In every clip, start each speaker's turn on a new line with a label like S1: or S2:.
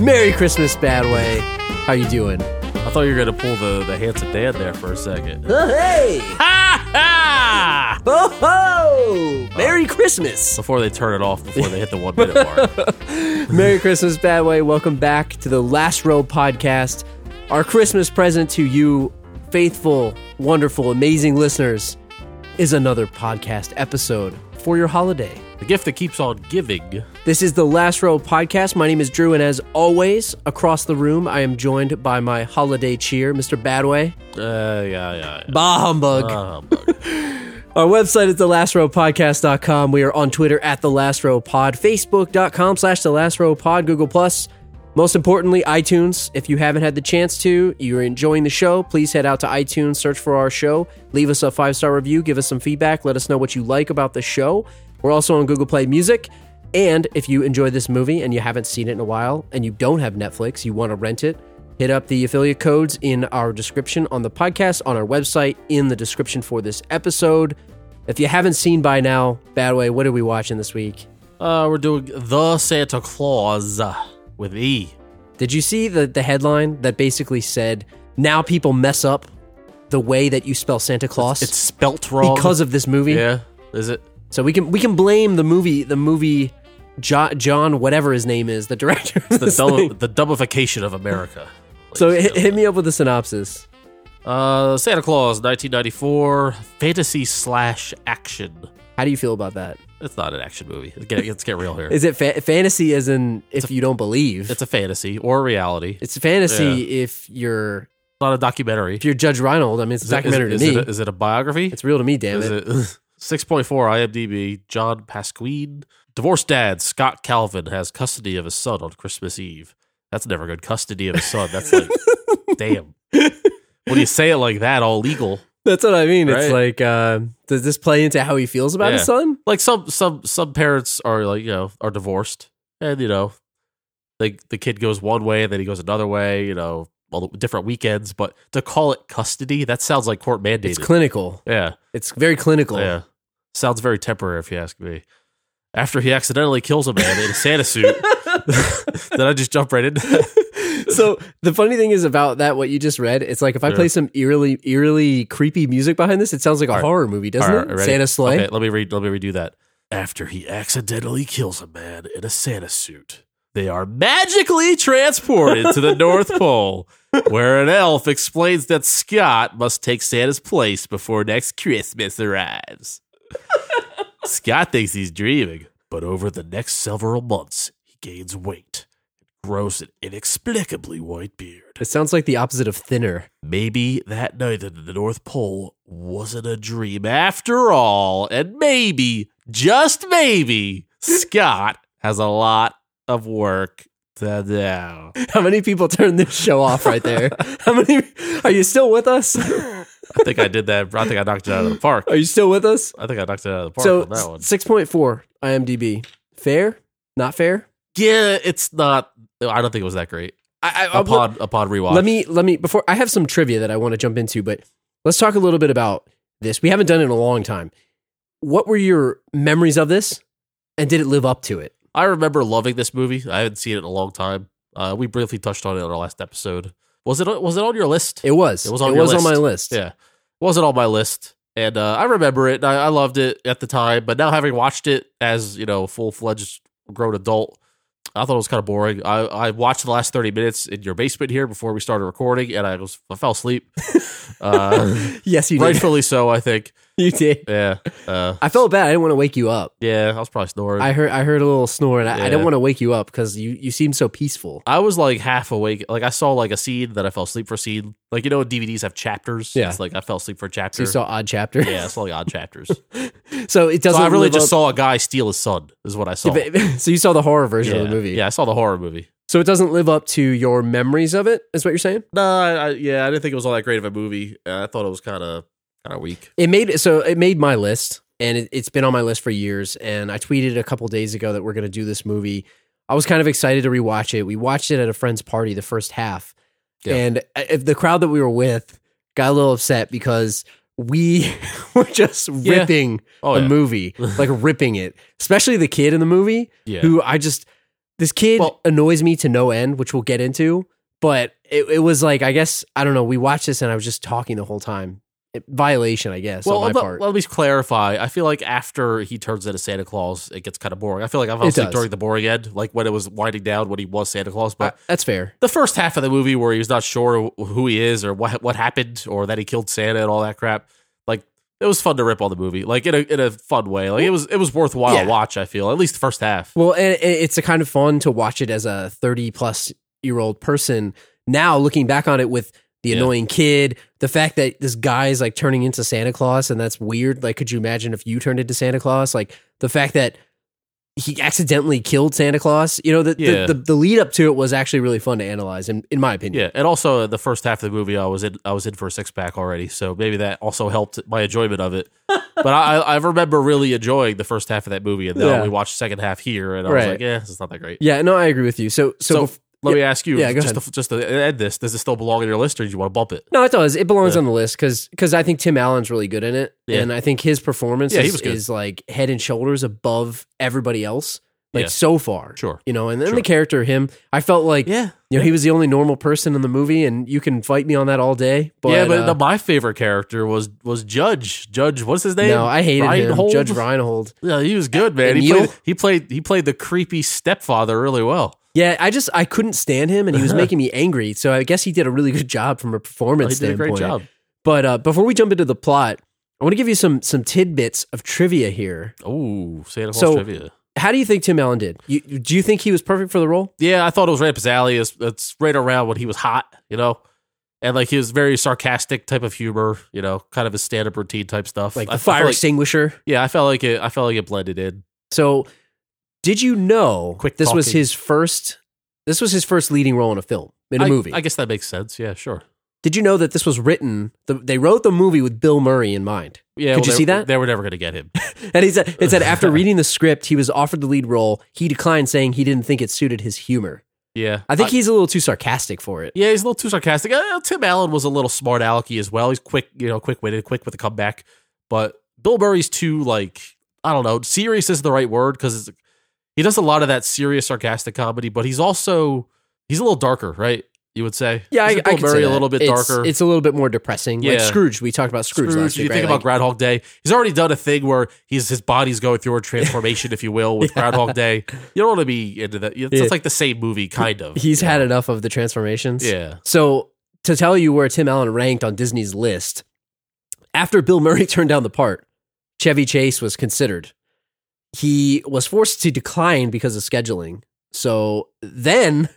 S1: Merry Christmas, Bad Way. How you doing?
S2: I thought you were gonna pull the the handsome dad there for a second.
S1: Oh, hey!
S2: Ha ha!
S1: Ho ho! Merry Christmas!
S2: Before they turn it off, before they hit the one minute mark.
S1: Merry Christmas, Bad Way. Welcome back to the Last Row Podcast, our Christmas present to you, faithful, wonderful, amazing listeners, is another podcast episode for your holiday.
S2: The gift that keeps on giving.
S1: This is the Last Row Podcast. My name is Drew, and as always, across the room, I am joined by my holiday cheer, Mr. Badway.
S2: Uh, yeah, yeah, yeah.
S1: Bah humbug.
S2: Uh,
S1: Our website is thelastrowpodcast.com. We are on Twitter at the Last Row Pod, Facebook.com slash the Last Row Pod, Google Plus. Most importantly, iTunes. If you haven't had the chance to, you're enjoying the show, please head out to iTunes, search for our show, leave us a five star review, give us some feedback, let us know what you like about the show. We're also on Google Play Music. And if you enjoy this movie and you haven't seen it in a while and you don't have Netflix, you want to rent it, Hit up the affiliate codes in our description on the podcast, on our website, in the description for this episode. If you haven't seen by now, Badway, what are we watching this week?
S2: uh, we're doing the Santa Claus with E.
S1: Did you see the, the headline that basically said, now people mess up the way that you spell Santa Claus
S2: It's spelt wrong
S1: because of E. this movie?
S2: yeah. Is it?
S1: So we can we can blame the movie, the movie jo- John, whatever his name is, the director. of
S2: The
S1: this thing.
S2: dub- the dubification of America.
S1: So hit, hit me up with a synopsis.
S2: Uh, Santa Claus, 1994, fantasy slash action.
S1: How do you feel about that?
S2: It's not an action movie. Let's get, let's get real here.
S1: Is it fa- fantasy as in if you don't believe?
S2: It's a fantasy or a reality. It's
S1: It's fantasy if you're
S2: not a documentary.
S1: if you're Judge Reinhold. I mean, it's a
S2: Is it-
S1: documentary
S2: is,
S1: to
S2: it-
S1: me.
S2: Is it a, is it a biography?
S1: it's real to me, damn
S2: Is
S1: it.
S2: it- 6.4 IMDb, John Pasquine. Divorced dad Scott Calvin has custody of his son on Christmas Eve. That's never good. Custody of his son. That's like, damn. When you say it like that, all legal.
S1: That's what I mean. It's
S2: Right.
S1: like, uh, does this play into how he feels about his
S2: Yeah.
S1: son?
S2: Like some some some parents are like you know are divorced, and you know, like the kid goes one way and then he goes another way. You know, all the different weekends. But to call it custody, that sounds like court mandated.
S1: It's clinical.
S2: yeah.
S1: It's very clinical.
S2: Yeah. Sounds very temporary if you ask me. After he accidentally kills a man in a Santa suit, then I just jump right in.
S1: so the funny thing is about that what you just read. It's like if I
S2: Yeah.
S1: play some eerily, eerily creepy music behind this, it sounds like a
S2: All right.
S1: horror movie, doesn't
S2: All right,
S1: it?
S2: ready?
S1: Santa sleigh.
S2: Okay, let me read let me redo that. After he accidentally kills a man in a Santa suit, they are magically transported to the North Pole, where an elf explains that Scott must take Santa's place before next Christmas arrives. Scott thinks he's dreaming, but over the next several months, he gains weight and grows an inexplicably white beard.
S1: It sounds like the opposite of thinner.
S2: Maybe that night at the North Pole wasn't a dream after all, and maybe, just maybe, Scott has a lot of work to do.
S1: How many people turned this show off right there? How many are you still with us?
S2: I think I did that. I think I knocked it out of the park.
S1: Are you still with us?
S2: I think I knocked it out of the park
S1: so
S2: on that one.
S1: six point four IMDb. Fair? Not fair?
S2: Yeah, it's not. I don't think it was that great.
S1: I, I,
S2: Upon upon rewatch,
S1: let me let me before I have some trivia that I want to jump into, but let's talk a little bit about this. We haven't done it in a long time. What were your memories of this, and did it live up to it?
S2: I remember loving this movie. I haven't seen it in a long time. Uh, we briefly touched on it on our last episode. Was it was it on your list?
S1: It was.
S2: It was on your list.
S1: my list.
S2: Yeah. Wasn't on my list. And uh, I remember it. And I, I loved it at the time. But now having watched it as, you know, full fledged grown adult, I thought it was kind of boring. I, I watched the last 30 minutes in your basement here before we started recording and I was I fell asleep. uh,
S1: Yes, you did.
S2: rightfully so, I think.
S1: You did.
S2: Yeah. Uh,
S1: I felt bad. I didn't want to wake you up.
S2: yeah, I was probably snoring. I,
S1: I heard I heard a little snore, and I, I
S2: Yeah.
S1: didn't want to wake you up because you you seemed so peaceful.
S2: was like half awake. Like I saw like a scene that I fell asleep for a scene. Like you know DVDs have chapters.
S1: Yeah.
S2: It's like I fell asleep for a
S1: So
S2: chapter.
S1: you saw odd chapter.
S2: yeah, I saw like odd chapters.
S1: So it doesn't.
S2: so I really
S1: live
S2: just
S1: up-
S2: saw a guy steal his son. Is what I saw.
S1: So you saw the horror version
S2: yeah,
S1: of the movie.
S2: Yeah, I saw the horror movie.
S1: So it doesn't live up to your memories of it, is what you're saying?
S2: No, I, I, yeah, I didn't think it was all that great of a movie. Uh, I thought it was kind of kind of weak.
S1: It made so it made my list, and it, it's been on my list for years. And I tweeted a couple days ago that we're going to do this movie. I was kind of excited to rewatch it. We watched it at a friend's party, the first half,
S2: Yeah.
S1: and I- if the crowd that we were with got a little upset because we were just
S2: Yeah.
S1: ripping
S2: Oh
S1: the
S2: yeah,
S1: movie, like ripping it, especially the kid in the movie
S2: yeah.
S1: who I just This kid
S2: Well-
S1: annoys me to no end, which we'll get into. But it, it was like I guess I don't know. We watched this and I was just talking the whole time. It, violation, I guess,
S2: Well,
S1: on my
S2: let-
S1: part.
S2: let me clarify. I feel like after he turns into Santa Claus, it gets kind of boring. I feel like I
S1: It
S2: was asleep
S1: does.
S2: during the boring end, like when it was winding down, when he was Santa Claus. But
S1: Uh, that's fair.
S2: the first half of the movie, where he was not sure who he is or what what happened, or that he killed Santa and all that crap, like it was fun to rip on the movie, like in a in a fun way. Like it was it was worthwhile
S1: Yeah.
S2: to watch. I feel at least the first half.
S1: Well, and it- it's a kind of fun to watch it as a 30 plus year old person now looking back on it with the
S2: Yeah.
S1: annoying kid, the fact that this guy is like turning into Santa Claus and that's weird. Like, could you imagine if you turned into Santa Claus? Like, the fact that he accidentally killed Santa Claus, you know, the,
S2: Yeah.
S1: the, the, the lead up to it was actually really fun to analyze, in, in my opinion.
S2: Yeah, and also uh, the first half of the movie, I was in, I was in for a six pack already, so maybe that also helped my enjoyment of it. but I, I remember really enjoying the first half of that movie, and then
S1: Yeah.
S2: we watched the second half here, and I
S1: Right.
S2: was like, yeah, it's not that great.
S1: Yeah, no, I agree with you. So, so,
S2: So, Let me ask you,
S1: Yeah, go
S2: just to, just to end this, does it still belong in your list, or do you want to bump it?
S1: no, it does. It belongs
S2: Yeah.
S1: on the list because I think Tim Allen's really good in it,
S2: Yeah.
S1: and I think his performance
S2: Yeah, he
S1: is,
S2: was good.
S1: is like head and shoulders above everybody else, like
S2: Yeah.
S1: so far.
S2: Sure.
S1: You know, and then the
S2: Sure.
S1: character him, I felt like
S2: Yeah,
S1: you know he was the only normal person in the movie, and you can fight me on that all day. But,
S2: yeah, but
S1: uh,
S2: the, my favorite character was was Judge. Judge, what's his name?
S1: no, I hated him,
S2: Reinhold?
S1: Judge Reinhold.
S2: yeah, he was good, man. He
S1: Neil?
S2: played, he played he played the creepy stepfather really well.
S1: Yeah, I just I couldn't stand him, and he was making me angry. So I guess he did a really good job from a
S2: He
S1: performance.
S2: did a
S1: standpoint.
S2: great job.
S1: But uh, before we jump into the plot, I want to give you some some tidbits of trivia here.
S2: Oh, Santa Claus
S1: So-
S2: trivia.
S1: How do you think Tim Allen did? You, do you think he was perfect for the role?
S2: Yeah, I thought it was right up his alley. It's, it's right around when he was hot, you know, and like he was very sarcastic type of humor, you know, kind of a stand up routine type stuff.
S1: Like
S2: I-
S1: the
S2: I felt
S1: fire
S2: like-
S1: extinguisher.
S2: yeah, I felt like it. I felt like it blended in.
S1: So, did you know
S2: Quick
S1: this was
S2: talking.
S1: his first? This was his first leading role in a film in a
S2: I-
S1: movie.
S2: I guess that makes sense. Yeah, sure.
S1: did you know that this was written? The, they wrote the movie with Bill Murray in mind,
S2: Yeah,
S1: Could you
S2: they-
S1: see that?
S2: They were never going to get him.
S1: and he said it said after reading the script, he was offered the lead role. He declined, saying he didn't think it suited his humor.
S2: Yeah,
S1: I think he's a little too sarcastic for it.
S2: Yeah, he's a little too sarcastic. Uh, Tim Allen was a little smart alecky as well. He's quick, you know, quick witted, quick with the comeback. But Bill Murray's too like I don't know. Serious is the right word because he does a lot of that serious sarcastic comedy. But he's also he's a little darker, right? You would say.
S1: Yeah, I,
S2: Isn't
S1: I
S2: Bill
S1: could
S2: Murray
S1: say
S2: a
S1: that.
S2: little bit
S1: It's-
S2: darker.
S1: It's, a little bit more depressing. Like
S2: Yeah.
S1: Scrooge, we talked about Scrooge,
S2: Scrooge,
S1: last week.
S2: you think
S1: right?
S2: about
S1: Like,
S2: Groundhog Day. He's already done a thing where he's his body's going through a transformation, if you will, with Groundhog Day. You don't want to be into that. It's,
S1: Yeah.
S2: it's like the same movie, kind of.
S1: he's
S2: you
S1: had
S2: know?
S1: enough of the transformations.
S2: Yeah.
S1: So to tell you where Tim Allen ranked on Disney's list, after Bill Murray turned down the part, Chevy Chase was considered. He was forced to decline because of scheduling. So then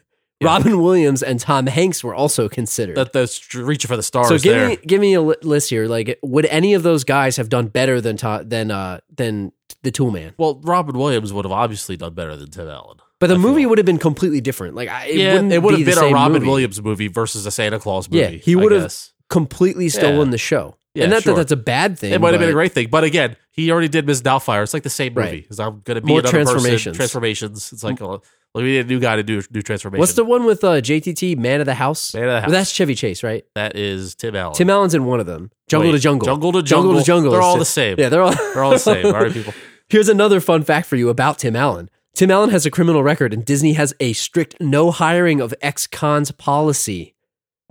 S2: Yeah.
S1: Robin Williams and Tom Hanks were also considered.
S2: That that's reaching for the stars.
S1: so give
S2: there.
S1: me give me a li- list here. Like, would any of those guys have done better than to- than uh, than the Tool Man?
S2: Well, Robin Williams would have obviously done better than Tim Allen.
S1: But the
S2: I feel
S1: movie
S2: like-
S1: would have been completely different. Like, I, it wouldn't
S2: it would have
S1: be the
S2: been a
S1: same
S2: Robin
S1: movie.
S2: Williams movie versus a Santa Claus movie.
S1: Yeah, he
S2: I
S1: would have-
S2: guess.
S1: completely stolen the show.
S2: Yeah,
S1: and not
S2: sure.
S1: that that's a bad thing.
S2: It might have been
S1: but-
S2: a great thing, but again, he already did Miss Doubtfire. It's like the same movie.
S1: Right.
S2: Because I'm going to be
S1: More
S2: another person.
S1: transformations.
S2: Transformations. It's like, oh, we need a new guy to do new transformation.
S1: What's the one with uh, JTT, Man of the House?
S2: Man of the
S1: Well, that's
S2: House?
S1: Chevy Chase, right?
S2: that is Tim Allen.
S1: Tim Allen's in one of them. Jungle
S2: Wait,
S1: to Jungle.
S2: Jungle to
S1: Jungle
S2: jungle.
S1: to Jungle
S2: They're
S1: is
S2: all
S1: Tim-
S2: the same.
S1: Yeah, they're all
S2: They're all the same. All right, people.
S1: Here's another fun fact for you about Tim Allen. Tim Allen has a criminal record, and Disney has a strict no hiring of ex cons policy.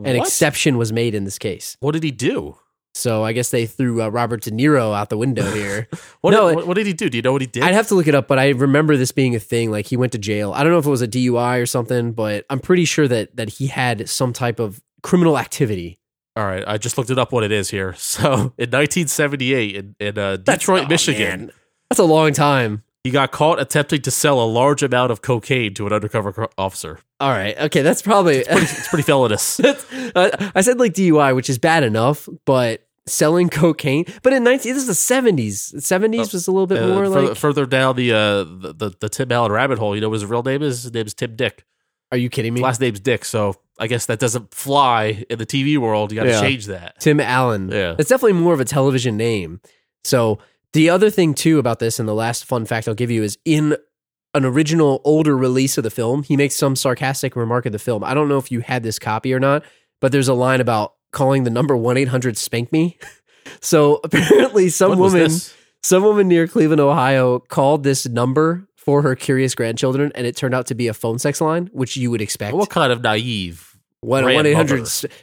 S1: An
S2: What?
S1: exception was made in this case.
S2: What did he do?
S1: So I guess they threw uh, Robert De Niro out the window here.
S2: What,
S1: No,
S2: did,
S1: it-
S2: what, what did he do? Do you know what he did?
S1: I'd have to look it up, but I remember this being a thing. Like he went to jail. I don't know if it was a DUI or something, but I'm pretty sure that that he had some type of criminal activity.
S2: All right, I just looked it up what it is here. So in 1978 in, in uh, Detroit,
S1: oh,
S2: Michigan,
S1: man. That's a long time.
S2: he got caught attempting to sell a large amount of cocaine to an undercover co- officer.
S1: All right. Okay. That's probably. uh,
S2: It's pretty felonious.
S1: I I said like DUI, which is bad enough, but selling cocaine. But in 19, this is the 70s. The 70s was a little bit
S2: Uh,
S1: more
S2: fur-
S1: like.
S2: further down the, uh, the the the Tim Allen rabbit hole, you know what his real name is? His name's Tim Dick.
S1: Are you kidding me?
S2: His last name's Dick, so I guess that doesn't fly in the TV world. You got to
S1: Yeah.
S2: change that.
S1: Tim Allen.
S2: Yeah.
S1: That's definitely more of a television name. So the other thing too about this, and the last fun fact I'll give you is in an original older release of the film, he makes some sarcastic remark of the film. I don't know if you had this copy or not, but there's a line about calling the number one eight hundred spank me. So apparently, some
S2: What was
S1: woman,
S2: this?
S1: some woman near Cleveland, Ohio, called this number for her curious grandchildren, and it turned out to be a phone sex line, which you would expect.
S2: What kind of naive?
S1: One one
S2: grandmother?
S1: eight hundred.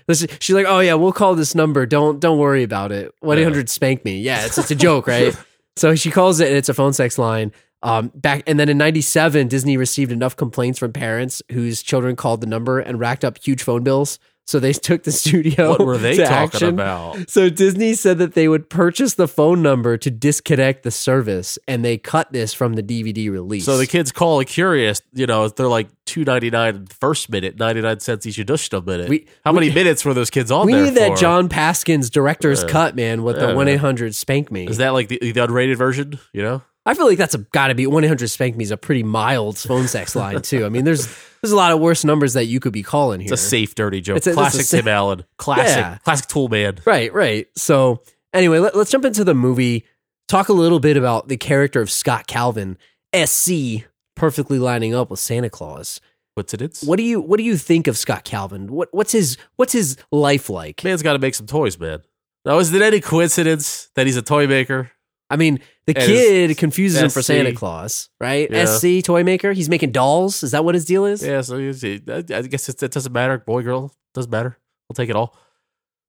S1: Listen, she's like, oh yeah, we'll call this number. Don't don't worry about it. One eight hundred spank me. Yeah, it's it's a joke, right? so she calls it, and it's a phone sex line. Um, back and then in '97, Disney received enough complaints from parents whose children called the number and racked up huge phone bills. So they took the studio.
S2: What were they
S1: Oh, to
S2: talking
S1: action.
S2: about?
S1: So Disney said that they would purchase the phone number to disconnect the service, and they cut this from the DVD release.
S2: So the kids call it curious. You know, they're like two ninety nine first minute, ninety nine cents each additional minute.
S1: We-
S2: How
S1: we-
S2: many minutes were those kids on
S1: we
S2: there?
S1: need that
S2: for?
S1: John Paskins director's cut, man, with
S2: yeah,
S1: the
S2: man.
S1: one eight hundred spank me.
S2: Is that like the, the unrated version? You know,
S1: I feel like that's a got to be one eight hundred spank me is a pretty mild phone sex line too. I mean, there's there's a lot of worse numbers that you could be calling here.
S2: it's a safe dirty joke.
S1: It's a- it's a
S2: classic
S1: sa-
S2: Tim Allen. Classic,
S1: Yeah.
S2: classic Tool Man.
S1: Right, right. So anyway, let, us jump into the movie. Talk a little bit about the character of Scott Calvin, SC, perfectly lining up with Santa Claus.
S2: Coincidence.
S1: What do you what do you think of Scott Calvin? What what's his what's his life like?
S2: Man's got to make some toys, man. Now, is it any coincidence that he's a toy maker?
S1: I mean, the
S2: And
S1: kid confuses him for
S2: SC.
S1: Santa Claus, right?
S2: Yeah.
S1: SC toy maker. He's making dolls. Is that what his deal is?
S2: Yeah, so you see, I I guess it, it doesn't matter. Boy, girl, doesn't matter. I'll take it all.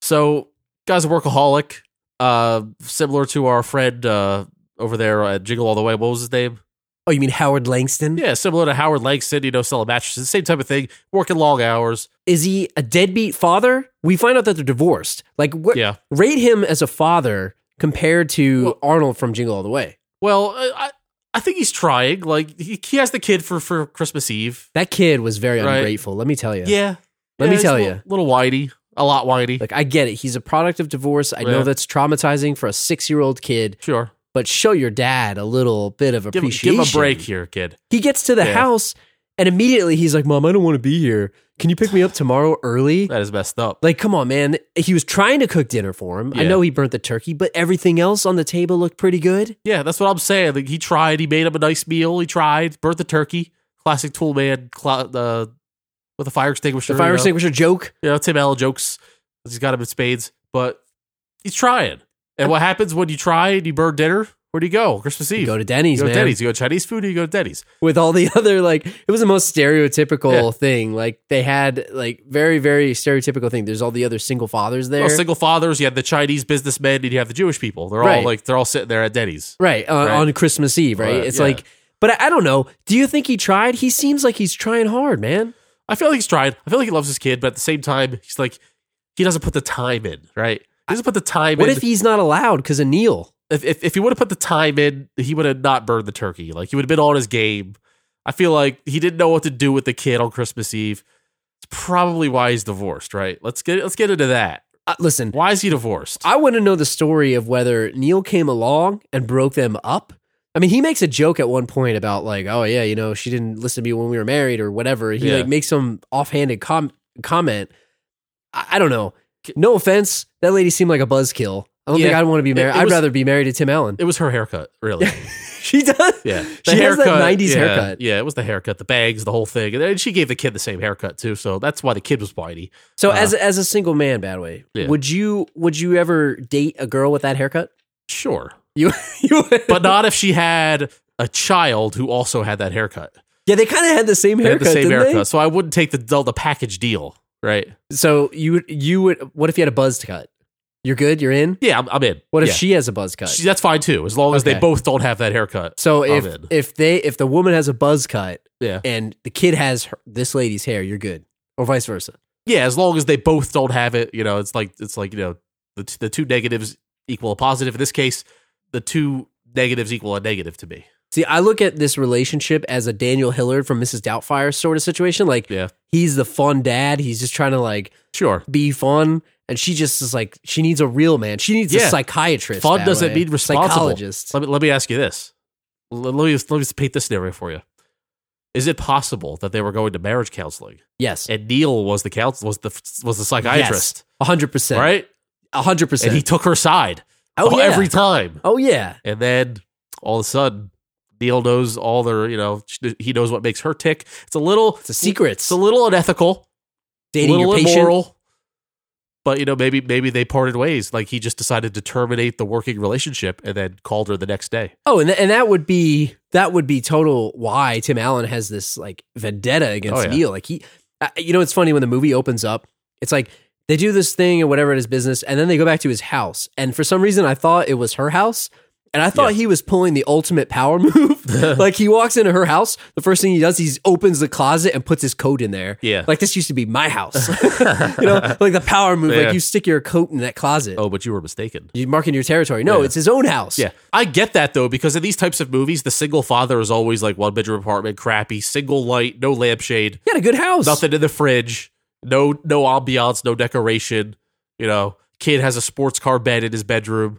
S2: So, guy's a workaholic, uh, similar to our friend uh, over there at Jiggle All the Way. What was his name?
S1: Oh, you mean Howard Langston?
S2: Yeah, similar to Howard Langston, you know, selling mattresses, same type of thing, working long hours.
S1: Is he a deadbeat father? We find out that they're divorced. Like, wh-
S2: Yeah.
S1: rate him as a father compared to Arnold from Jingle All the Way.
S2: Well, I, I- I think he's trying. Like, he, he has the kid for, for Christmas Eve.
S1: That kid was very
S2: Right.
S1: ungrateful. Let me tell you.
S2: Yeah. yeah.
S1: Let me
S2: he's
S1: tell
S2: a
S1: ya.
S2: little, little whiny, a lot whiny.
S1: Like I get it. He's a product of divorce. I know
S2: Yeah.
S1: that's traumatizing for a six-year-old kid,
S2: sure.
S1: but show your dad a little bit of
S2: Give, him- give
S1: appreciation.
S2: him a break here, kid.
S1: He gets to the
S2: Yeah.
S1: house and immediately he's like, "Mom, I don't want to be here. Can you pick me up tomorrow early?"
S2: That is messed up.
S1: Like, come on, man. He was trying to cook dinner for him. I
S2: Yeah.
S1: know he burnt the turkey, but everything else on the table looked pretty good.
S2: Yeah, that's what I'm saying. Like, he tried. He made him a nice meal. He tried. Burnt the turkey. Classic tool man. Cl- uh, with a fire extinguisher.
S1: The fire
S2: you know?
S1: extinguisher joke.
S2: You know, Tim Allen jokes. 'cause He's got him in spades, but he's trying. And what happens when you try and you burn dinner? Where do you go? Christmas Eve.
S1: You go to Denny's,
S2: You go
S1: man.
S2: to Denny's. You go to Chinese food or you go to Denny's.
S1: With all the other like, it was the most stereotypical
S2: Yeah.
S1: thing. Like they had like very very stereotypical thing. There's all the other single fathers there.
S2: Well, single fathers, you have the Chinese businessmen and you have the Jewish people. They're all
S1: Right.
S2: like, they're all sitting there at Denny's.
S1: right, on
S2: Right.
S1: on Christmas Eve, right?
S2: Right,
S1: it's
S2: yeah.
S1: like, but I, I don't know. Do you think he tried? He seems like he's trying hard, man.
S2: I feel like he's trying. I feel like he loves his kid, but at the same time, he's like, he doesn't put the time in, right? He doesn't put the time
S1: What
S2: in.
S1: if he's not allowed because of Neil?
S2: if if, if he would have put the time in, he would have not burned the turkey. Like he would have been on his game. I feel like he didn't know what to do with the kid on Christmas Eve. It's probably why he's divorced, right? Let's get let's get into that.
S1: Uh, listen,
S2: Why is he divorced?
S1: I want to know the story of whether Neil came along and broke them up. I mean, he makes a joke at one point about like, oh yeah, you know, she didn't listen to me when we were married or whatever. He
S2: Yeah.
S1: like makes some offhanded com- comment. I-, I don't know. No offense, that lady seemed like a buzzkill. I don't think
S2: Yeah.
S1: I'd want to be married.
S2: it
S1: I'd
S2: was-
S1: rather be married to Tim Allen.
S2: it was her haircut, really.
S1: she does.
S2: Yeah,
S1: She has that 90s
S2: yeah,
S1: haircut.
S2: Yeah, it was the haircut, the bangs, the whole thing, and then she gave the kid the same haircut too. So that's why the kid was whiny.
S1: So
S2: Uh,
S1: as as a single man, bad way,
S2: Yeah.
S1: would you would you ever date a girl with that haircut?
S2: Sure,
S1: You, you would.
S2: but not if she had a child who also had that haircut.
S1: yeah, they kind of had the same
S2: They had
S1: haircut.
S2: the same
S1: didn't they?
S2: haircut, so I wouldn't take the the package deal, right?
S1: So you would you would what if you had a buzz cut? You're good. You're in.
S2: Yeah, I'm, I'm in.
S1: What if
S2: Yeah.
S1: she has a buzz cut?
S2: She- that's fine too, as long as they
S1: Okay.
S2: both don't have that haircut.
S1: so if
S2: I'm in.
S1: if they if the woman has a buzz cut
S2: Yeah,
S1: and the kid has her, this lady's hair, you're good, or vice versa.
S2: yeah, as long as they both don't have it, you know, it's like it's like you know, the t- the two negatives equal a positive. In this case, the two negatives equal a negative to me.
S1: See, I look at this relationship as a Daniel Hillard from Mrs. Doubtfire sort of situation. Like,
S2: Yeah.
S1: he's the fun dad. He's just trying to like
S2: Sure,
S1: be fun, and she just is like she needs a real man. She needs a
S2: Yeah.
S1: psychiatrist.
S2: Fun
S1: that
S2: doesn't
S1: way.
S2: mean responsible.
S1: Psychologist.
S2: Let me let me ask you this. L- Let me let me just paint this scenario for you. Is it possible that they were going to marriage counseling
S1: Yes,
S2: and Neil was the counsel was the was the psychiatrist,
S1: hundred percent.
S2: right?
S1: hundred
S2: And he
S1: percent.
S2: took her side
S1: Oh yeah.
S2: every time.
S1: oh yeah.
S2: And then all of a sudden, Neil knows all their you know sh- he knows what makes her tick. It's a little
S1: It's a secret.
S2: It's a little unethical, a
S1: dating
S2: little
S1: your patient.
S2: immoral, But you know, maybe maybe they parted ways. Like he just decided to terminate the working relationship and then called her the next day.
S1: Oh, and th- and that would be that would be total why Tim Allen has this like vendetta against
S2: Oh, yeah.
S1: Neil. Like he, uh, you know, it's funny when the movie opens up, it's like they do this thing or whatever at his business, and then they go back to his house. And for some reason, I thought it was her house, and I thought
S2: Yeah.
S1: he was pulling the ultimate power move. like he walks into her house, the first thing he does, he opens the closet and puts his coat in there.
S2: Yeah.
S1: like this used to be my house. you know, like the power move.
S2: Yeah.
S1: Like you stick your coat in that closet.
S2: Oh, but you were mistaken.
S1: You're marking your territory. No,
S2: Yeah.
S1: it's his own house.
S2: Yeah. I get that though, because in these types of movies, the single father is always like one bedroom apartment, crappy, single light, no lampshade,
S1: He had a good house.
S2: nothing in the fridge, no no ambiance, no decoration. You know, kid has a sports car bed in his bedroom.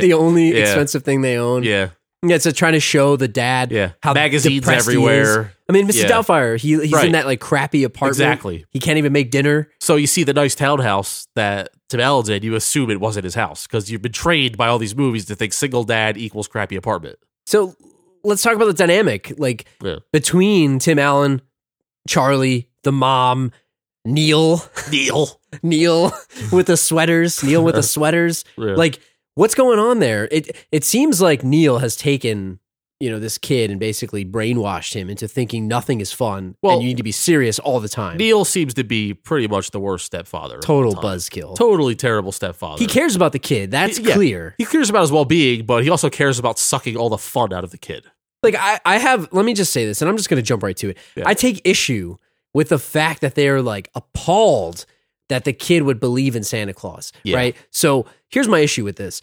S1: the only
S2: Yeah.
S1: expensive thing they own.
S2: yeah.
S1: Yeah, it's a trying to show the dad
S2: Yeah.
S1: how
S2: Magazines
S1: depressed he
S2: everywhere.
S1: is. I mean, Mr.
S2: Yeah.
S1: Doubtfire, he, he's
S2: Right.
S1: in that like crappy apartment.
S2: Exactly.
S1: He can't even make dinner.
S2: So you see the nice townhouse that Tim Allen's in, you assume it wasn't his house because you've been trained by all these movies to think single dad equals crappy apartment.
S1: So let's talk about the dynamic like
S2: Yeah.
S1: between Tim Allen, Charlie, the mom, Neil,
S2: Neil.
S1: Neil with the sweaters, Neil with the sweaters.
S2: Like
S1: Like what's going on there? It it seems like Neil has taken you know this kid and basically brainwashed him into thinking nothing is fun
S2: Well-
S1: and you need to be serious all the time.
S2: Neil seems to be pretty much the worst stepfather. of
S1: total
S2: all time.
S1: buzzkill.
S2: Totally terrible stepfather.
S1: He cares about the kid. That's
S2: Yeah.
S1: clear.
S2: He cares about his well being, but he also cares about sucking all the fun out of the kid.
S1: Like I, I have. Let me just say this, and I'm just going to jump right to it.
S2: Yeah.
S1: I take issue with the fact that they are like appalled that the kid would believe in Santa Claus.
S2: Yeah.
S1: Right. So here's my issue with this: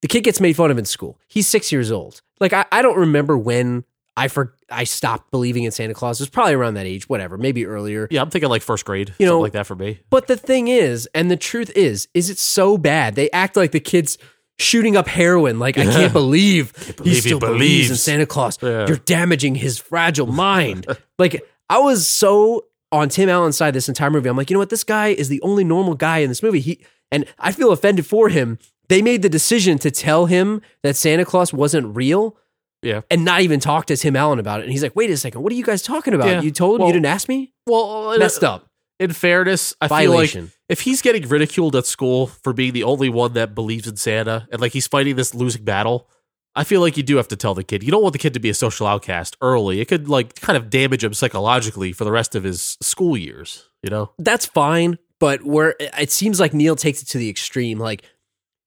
S1: the kid gets made fun of in school. He's six years old. Like I, I don't remember when I for I stopped believing in Santa Claus. It was probably around that age, whatever, maybe earlier.
S2: Yeah, I'm thinking like first grade,
S1: You
S2: something
S1: know-
S2: like that for me.
S1: But the thing is, and the truth is, is it so bad? They act like the kid's shooting up heroin. Like, I can't believe,
S2: believe
S1: he
S2: he
S1: still believes in
S2: believes.
S1: Santa Claus.
S2: Yeah.
S1: You're damaging his fragile mind. like, I was so on Tim Allen's side this entire movie. I'm like, you know what? This guy is the only normal guy in this movie. He and I feel offended for him. They made the decision to tell him that Santa Claus wasn't real.
S2: Yeah.
S1: And not even talk to Tim Allen about it. And he's like, wait a second, what are you guys talking about?
S2: Yeah.
S1: You told him
S2: Well,
S1: you didn't ask me?
S2: Well, in,
S1: Messed up.
S2: in fairness, I feel
S1: Violation.
S2: like if he's getting ridiculed at school for being the only one that believes in Santa and like he's fighting this losing battle, I feel like you do have to tell the kid. You don't want the kid to be a social outcast early. It could like kind of damage him psychologically for the rest of his school years, you know?
S1: that's fine, but where it seems like Neil takes it to the extreme. Like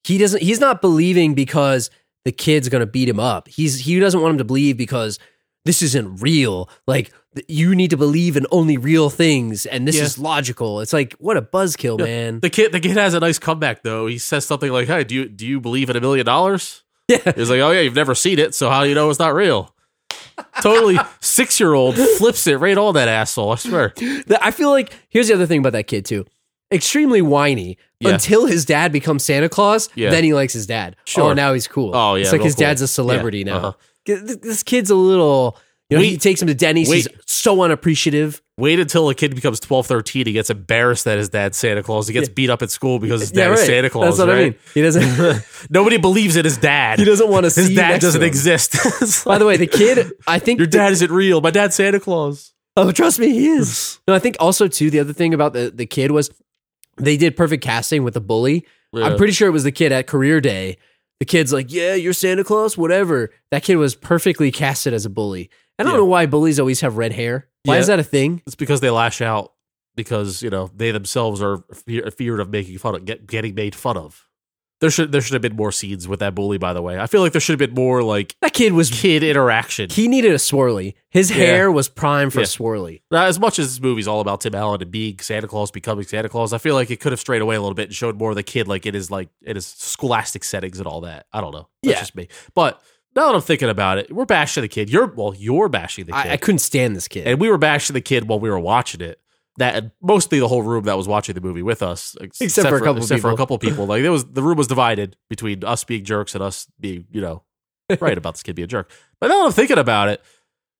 S1: he doesn't he's not believing because the kid's gonna beat him up. He's he doesn't want him to believe because this isn't real. Like th- you need to believe in only real things and this
S2: Yeah.
S1: is logical. It's like what a buzzkill,
S2: Yeah.
S1: man.
S2: The kid the kid has a nice comeback though. He says something like, Hey, do you do you believe in a million dollars?
S1: Yeah.
S2: He's like, Oh yeah, you've never seen it, so how do you know it's not real? totally six year old flips it right on that asshole, I swear.
S1: The- I feel like here's the other thing about that kid too. Extremely whiny
S2: Yeah.
S1: until his dad becomes Santa Claus.
S2: Yeah.
S1: Then he likes his dad.
S2: Sure.
S1: Oh, now he's cool.
S2: Oh, yeah,
S1: It's like
S2: real
S1: his
S2: cool.
S1: dad's a celebrity
S2: Yeah,
S1: now.
S2: uh-huh.
S1: Th- th- This kid's a little. You know, he
S2: Wait.
S1: takes him to Denny's. He's
S2: Wait.
S1: so unappreciative.
S2: Wait until a kid becomes 12, 13. He gets embarrassed that his dad's Santa Claus. He gets beat up at school because his dad is Santa Claus.
S1: That's what I
S2: right?
S1: mean. He doesn't.
S2: Nobody believes in his dad.
S1: he doesn't want to see.
S2: his
S1: you
S2: dad
S1: next
S2: doesn't
S1: to him.
S2: exist. It's
S1: By the way,
S2: like,
S1: the kid. I think
S2: your
S1: the-
S2: dad isn't real. My dad's Santa Claus.
S1: Oh, trust me, he is. No, I think also too. The other thing about the the kid was they did perfect casting with the bully. I'm pretty sure it was the kid at career day. The kid's like, "Yeah, you're Santa Claus, whatever." That kid was perfectly casted as a bully. I don't
S2: Yeah.
S1: know why bullies always have red hair. Why
S2: Yeah.
S1: is that a thing?
S2: It's because they lash out because you know they themselves are fear, feared of making fun of get, getting made fun of. There should there should have been more scenes with that bully. By the way, I feel like there should have been more like
S1: That kid was.
S2: kid interaction.
S1: He needed a swirly. His hair was prime for
S2: Yeah.
S1: swirly.
S2: Now, as much as this movie's all about Tim Allen and being Santa Claus, becoming Santa Claus, I feel like it could have strayed away a little bit and showed more of the kid, like in his like in his scholastic settings and all that. I don't know. That's
S1: Yeah.
S2: just me. But now that I'm thinking about it, we're bashing the kid. You're well, you're bashing the kid,
S1: I, I couldn't stand this kid.
S2: and we were bashing the kid while we were watching it. That and mostly the whole room that was watching the movie with us, ex-
S1: Except for a couple
S2: except for a
S1: people.
S2: couple people. Like it was the room was divided between us being jerks and us being you know right about this kid being a jerk. But now that I'm thinking about it,